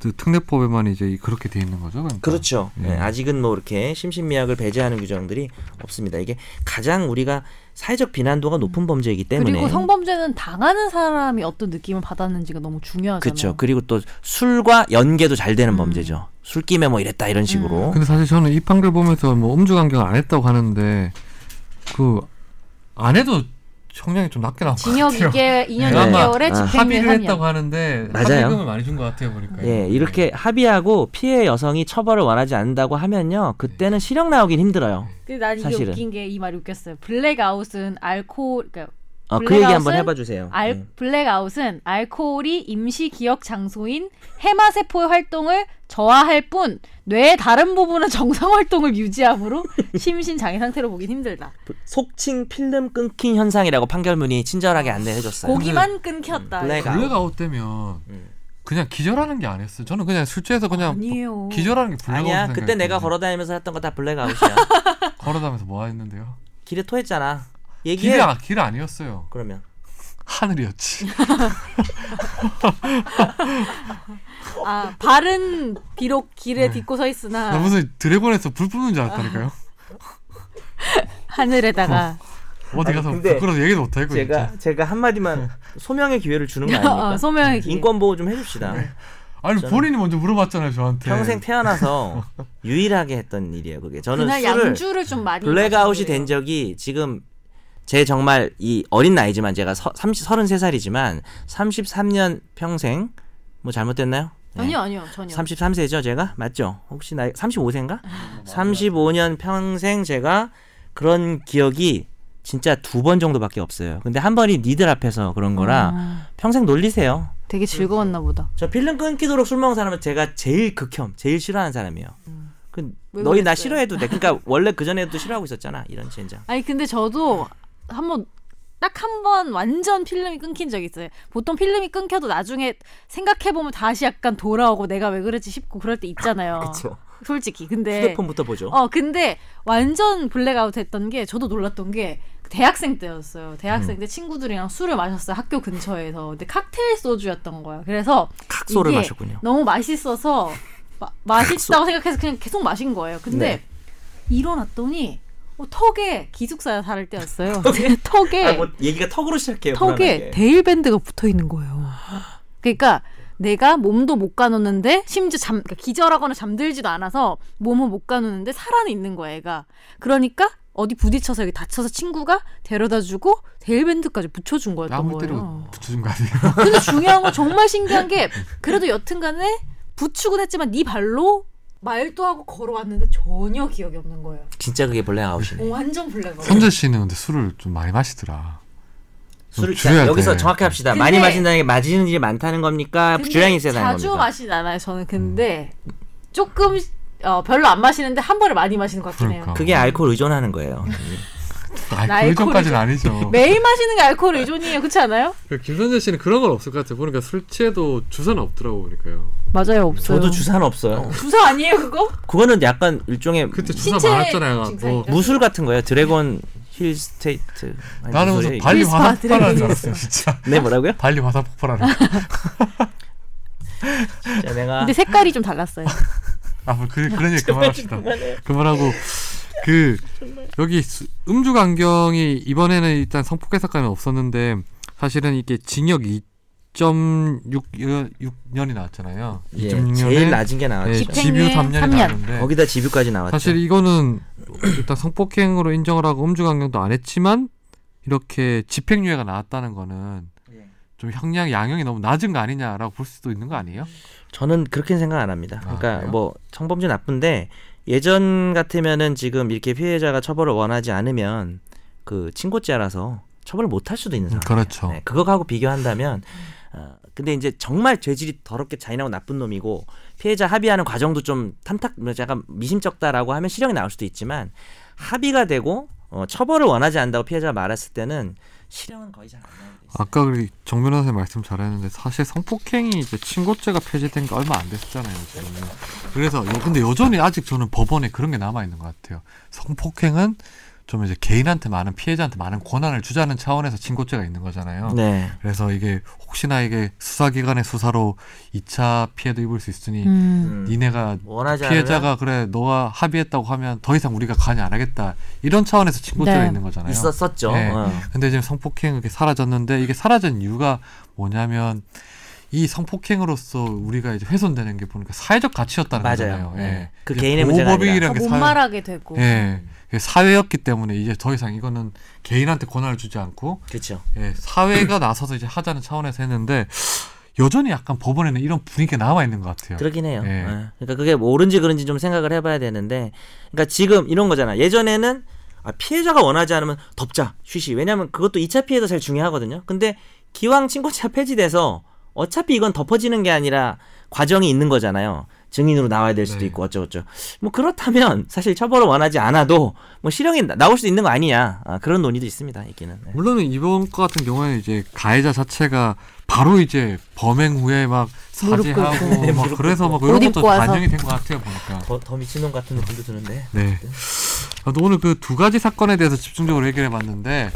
그 특례법에만 이제 이- 그렇게 돼 있는 거죠. 그러니까. 그렇죠. 예, 아직은 뭐 이렇게 심신미약을 배제하는 규정들이 없습니다. 이게 가장 우리가 사회적 비난도가 높은 범죄이기 때문에 그리고 성범죄는 당하는 사람이 어떤 느낌을 받았는지가 너무 중요하잖아요. 그렇죠. 그리고 또 술과 연계도 잘 음. 되는 범죄죠. 술김에 뭐 이랬다 이런 식으로. 어? 근데 사실 저는 이 판결 보면서 뭐 음주 강경 안 했다고 하는데 그 안 해도 형량이 좀 낮게 나온 것 같아요. 징역 2개, 네. 2년 6개월에 집행유예 아마 합의를 3년. 했다고 하는데 맞아요. 합의금을 많이 준 것 같아요 보니까. 예, 이렇게 합의하고 피해 여성이 처벌을 원하지 않는다고 하면요. 그때는 실형 나오긴 힘들어요. 근데 난 이게 사실은. 웃긴 게 이 말이 웃겼어요. 블랙아웃은 알코올 그러니까 어, 그 얘기 한번 블랙아웃은 해봐 주세요. 알, 예. 블랙아웃은 알코올이 임시 기억 장소인 해마 세포의 활동을 저하할 뿐 뇌의 다른 부분은 정상 활동을 유지하므로 심신 장애 상태로 보긴 힘들다. 속칭 필름 끊긴 현상이라고 판결문이 친절하게 안내해 줬어요. 고기만 끊겼다. 음, 블랙- 그러니까 블랙 아웃 되면 음. 그냥 기절하는 게 아니었어요. 저는 그냥 술 취해서 그냥 아니에요. 기절하는 게 블랙 아웃 아니야. 그때 내가 걸어다니면서 했던 거 다 블랙아웃이야. 걸어다면서 뭐 했는데요. 길에 토했잖아. 길이 얘기해. 아, 길 아니었어요. 그러면 하늘이었지. 아 발은 비록 음. 길에 딛고 서 나 있으나 무슨 드래곤에서 불 뿜는 줄 알았다니까요. 아. 하늘에다가 어디 아니, 가서 근데 부끄러워서 얘기도 못하고 제가 진짜. 제가 한 마디만 소명의 기회를 주는 거 어, 아닙니까? 소명의 기회. 네. 인권 보호 좀 해줍시다. 아니 저는- 본인이 먼저 물어봤잖아요 저한테. 평생 태어나서 유일하게 했던 일이에요. 그게 저는 그날 술을 양주를 좀 많이 블랙아웃이 마신 거예요. 된 적이 지금 제 정말 이 어린 나이지만 제가 서, 30, 33살이지만 33년 평생 뭐 잘못됐나요? 네. 아니요 아니요 아, 전혀 33세죠, 제가? 맞죠? 혹시 나이 35세인가? 35년 평생 제가 그런 기억이 진짜 두 번 정도밖에 없어요. 근데 한 번이 니들 앞에서 그런 거라 아. 평생 놀리세요. 음, 되게 즐거웠나 보다 저 필름 끊기도록 술 먹은 사람은 제가 제일 극혐, 제일 싫어하는 사람이에요. 그 왜 너희 나 그랬어요? 싫어해도 돼. 그러니까 원래 그 전에도 싫어하고 있었잖아. 이런 젠장. 아니 근데 저도 한번 딱 한 번 완전 필름이 끊긴 적이 있어요 보통 필름이 어. 끊겨도 나중에 생각해보면 다시 약간 돌아오고 내가 왜 그랬지 싶고 그럴 때 있잖아요 솔직히. 근데 휴대폰부터 보죠. 어 근데 완전 블랙아웃 했던 게 저도 놀랐던 게 대학생 때였어요. 음. 대학생 때 친구들이랑 술을 마셨어요. 학교 근처에서. 근데 칵테일 소주였던 거야. 그래서 칵소를 이게 마셨군요. 너무 맛있어서 마- 맛있다고 생각해서 그냥 계속 마신 거예요. 근데 네. 일어났더니 어, 턱에 기숙사 살 때였어요. 턱에 아, 뭐 얘기가 턱으로 시작해요. 예. 턱에 턱에 데일밴드가 붙어 있는 거예요. 그러니까 내가 몸도 못 가누는데 심지어 잠 그러니까 기절하거나 잠들지도 않아서 몸은 못 가누는데 살아는 있는 거야 애가. 그러니까 어디 부딪혀서 여기 다쳐서 친구가 데려다주고 데일밴드까지 붙여준 거였던 뺨을 때리고 거예요. 붙여준 거 아니에요? 근데 중요한 건 정말 신기한 게 그래도 여튼간에 부추긴 했지만 네 발로 말도 하고 걸어왔는데 전혀 기억이 없는 거예요. 진짜 그게 어, 블랙아웃이네. 완전 블랙. 선재 씨는 근데 술을 좀 많이 마시더라. 좀 술을 줄여야 자, 돼. 여기서 정확히 합시다. 근데- 많이 마신다는 게 마시는 일이 많다는 겁니까? 근데 아, 주량이 세다는 자주 겁니까? 마시진 않아요. 저는 근데 조금 어, 별로 안 마시는데 한 번에 많이 마시는 것 같긴 해요. 음, 그러니까. 그게 알코올 의존하는 거예요. 아이, 나의 네. 그 의존까지는 아니죠. 매일 마시는 게 알코올 의존이에요. 그렇지 않아요? 김선재 씨는 그런 건 없을 것 같아요. 보니까 술 취해도 주사는 없더라고 보니까요. 맞아요, 없어요. 저도 주사는 없어요. 주사 아니에요, 그거? 그거는 약간 일종의 그때 주사 신체 많았잖아요. 뭐 증상이죠. 무술 같은 거예요. 드래곤 힐 스테이트. 아니, 나는 무슨 무슨 소리야, 발리 필수 화산 폭발하는 줄 아들이 알았어요, 진짜. 이게. 네 뭐라고요? 발리 화산 폭발하는. 거. 진짜 내가 근데 색깔이 좀 달랐어요. 아, 뭐 그, 그런 얘기 그만합시다. 그만하고 그 여기 수- 음주 강경이 이번에는 일단 성폭행 사건이 없었는데 사실은 이게 징역 2.6년이 나왔잖아요. 예, 2.6년에 제일 낮은 게 나왔죠. 예. 아, 네, 집유 3년이 삼 년. 나왔는데 거기다 집유까지 나왔죠. 네. 사실 이거는 일단 성폭행으로 인정을 하고 음주 강경도 안 했지만 이렇게 집행유예가 나왔다는 거는 예. 좀 형량 양형이 너무 낮은 거 아니냐라고 볼 수도 있는 거 아니에요? 저는 그렇게는 생각 안 합니다. 아, 그러니까 그래요? 뭐 성범죄 나쁜데 예전 같으면은 지금 이렇게 피해자가 처벌을 원하지 않으면 그 친고죄라서 처벌을 못 할 수도 있는 상황. 그렇죠. 네, 그거하고 비교한다면 어, 근데 이제 정말 죄질이 더럽게 잔인하고 나쁜 놈이고 피해자 합의하는 과정도 좀 탄탁 뭐 약간 미심쩍다라고 하면 실형이 나올 수도 있지만 합의가 되고 어, 처벌을 원하지 않는다고 피해자가 말했을 때는 실형은 거의 잘 안 나오고 있어요. 아까 우리 정 변호사님 말씀 잘했는데 사실 성폭행이 이제 친고죄가 폐지된 게 얼마 안 됐잖아요 지금. 그래서 요- 근데 여전히 아직 저는 법원에 그런 게 남아 있는 것 같아요. 성폭행은 좀 이제 개인한테 많은 피해자한테 많은 권한을 주자는 차원에서 친고죄가 있는 거잖아요. 네. 그래서 이게 혹시나 이게 수사기관의 수사로 2차 피해도 입을 수 있으니 음. 니네가 원하지 않으면 피해자가 그래 너가 합의했다고 하면 더 이상 우리가 간이 안 하겠다 이런 차원에서 친고죄가 네. 있는 거잖아요. 있었었죠. 네. 어. 근데 지금 성폭행이 이렇게 사라졌는데 이게 사라진 이유가 뭐냐면 이 성폭행으로써 우리가 이제 훼손되는 게 보니까 사회적 가치였다는 맞아요. 거잖아요. 네. 예. 그 이게 개인의 문제가 보호법이라는 게 아, 못 사회- 말하게 되고. 예. 이게 사회였기 때문에 이제 더 이상 이거는 개인한테 권한을 주지 않고 그렇죠. 예, 사회가 나서서 이제 하자는 차원에서 했는데 여전히 약간 법원에는 이런 분위기가 남아 있는 것 같아요. 그러긴 해요. 예. 예. 그러니까 그게 뭐 옳은지 그른지 좀 생각을 해봐야 되는데, 그러니까 지금 이런 거잖아. 예전에는 아, 피해자가 원하지 않으면 덮자 쉬쉬. 왜냐면 그것도 2차 피해도 제일 중요하거든요. 근데 기왕 친고차 폐지돼서 어차피 이건 덮어지는 게 아니라 과정이 있는 거잖아요. 증인으로 나와야 될 수도 네. 있고 어쩌고저쩌고. 뭐 그렇다면 사실 처벌을 원하지 않아도 뭐 실형이 나- 나올 수도 있는 거 아니냐. 아, 그런 논의도 있습니다. 있기는. 네. 물론 이번 거 같은 경우에는 이제 가해자 자체가 바로 이제 범행 후에 막 무릎 꿇고. 사죄하고 네, 막 무릎 그래서 막 꿇고. 이런 옷 것도 입고 와서. 반영이 된 것 같아요 보니까. 더, 더 미친놈 같은 느낌도 드는데. 네. 아무튼 오늘 그 두 가지 사건에 대해서 집중적으로 얘기해 봤는데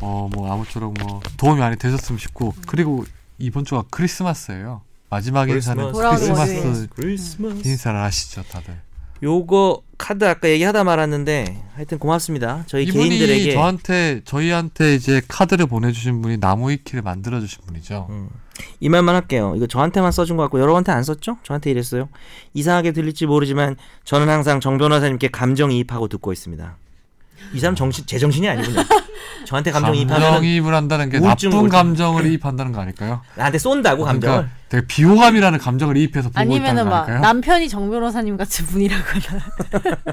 어 뭐 아무쪼록 뭐 도움이 많이 되셨으면 싶고 그리고 이번 주가 크리스마스예요. 마지막 인사는 돌아오는 네. 크리스마스 월요일. 크리스마스. 인사를 아시죠 다들. 요거 카드 아까 얘기하다 말았는데 하여튼 고맙습니다. 저희 이분이 개인들에게 저한테 저희한테 이제 카드를 보내주신 분이 나무위키를 만들어주신 분이죠. 음. 이 말만 할게요. 이거 저한테만 써준 것 같고 여러분한테 안 썼죠? 저한테 이랬어요. 이상하게 들릴지 모르지만 저는 항상 정 변호사님께 감정이입하고 듣고 있습니다. 이 사람 정신 제 정신이 아니군요. 저한테 감정이입하면 감정이입을 한다는 게 우울증, 나쁜 우울증. 감정을 이입한다는 거 아닐까요? 나한테 쏜다고 감정을 그러니까 되게 비호감이라는 감정을 이입해서 보고 있다는 아니면은 거 막 아닐까요? 남편이 정 변호사님 같은 분이라거나.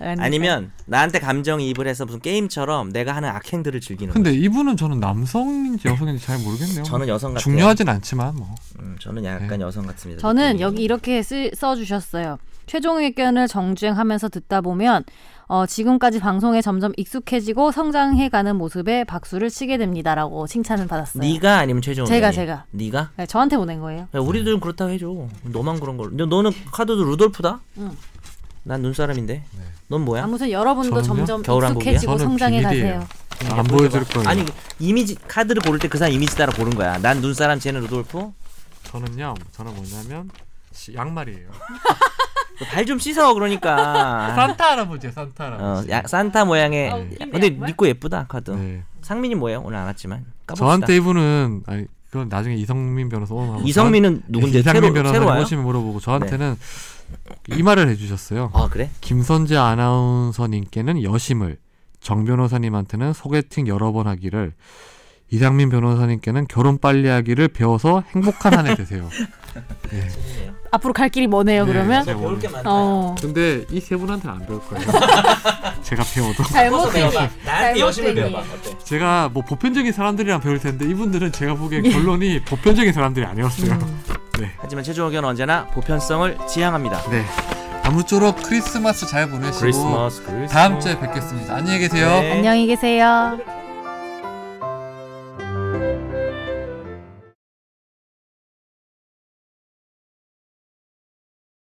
아니면- 아니면 나한테 감정이입을 해서 무슨 게임처럼 내가 하는 악행들을 즐기는 근데 이분은 저는 남성인지 여성인지 잘 모르겠네요. 거예요. 저는 여성 같아요. 중요하진 않지만 뭐 음, 저는 네. 약간 여성 같습니다. 저는 네, 느낌이. 여기 이렇게 쓰, 써주셨어요. 최종 의견을 정주행하면서 듣다 보면 어, 지금까지 방송에 점점 익숙해지고 성장해가는 모습에 박수를 치게 됩니다라고 칭찬을 받았어요. 네가 아니면 최종 제가, 의견이? 제가. 네가 네, 저한테 보낸 거예요. 야, 우리도 좀 그렇다고 해줘. 너만 그런 걸. 근데 너는 카드도 루돌프다? 응. 난 눈사람인데. 네. 넌 뭐야? 아무튼 여러분도 저는요? 점점 겨울 한복이요? 익숙해지고 저는 성장해 비밀이에요. 가세요. 안 보여줄 거예요. 네, 아니 그 이미지 카드를 고를 때 그 사람 이미지 따라 고른 거야. 난 눈사람 쟤는 루돌프. 저는요. 저는 뭐냐면 시- 양말이에요. 발 좀 씻어 그러니까. 산타 할아버지예요. 산타 어, 할아버지. 야, 산타 모양의. 아, 네. 웃긴데, 근데 정말? 니꺼 예쁘다 카드. 네. 상민이 뭐예요? 오늘 안 왔지만. 까봅시다. 저한테 이분은 아니 그건 나중에 이성민 변호사 오늘 한번 이성민은 누군데? 새로 이상민 새로 변호사 와요? 모시면 물어보고 저한테는 네. 이 말을 해주셨어요. 아 그래? 김선재 아나운서님께는 여심을, 정 변호사님한테는 소개팅 여러 번 하기를, 이상민 변호사님께는 결혼 빨리 하기를 배워서 행복한 한 해 되세요. 앞으로 갈 길이 머네요. 네, 그러면 제가 오늘 많다. 어. 근데 이 세 분한테는 안 배울 거예요. 제가 배워도 잘못 나한테 여심을 배워봐. 어때? 제가 뭐 보편적인 사람들이랑 배울 텐데 이분들은 제가 보기엔 예. 결론이 보편적인 사람들이 아니었어요. 음. 하지만 최종 의견은 언제나 보편성을 지향합니다. 네. 아무쪼록 크리스마스 잘 보내시고 크리스마스 크리스마스. 다음 주에 뵙겠습니다. 안녕히 계세요. 네. 안녕히 계세요.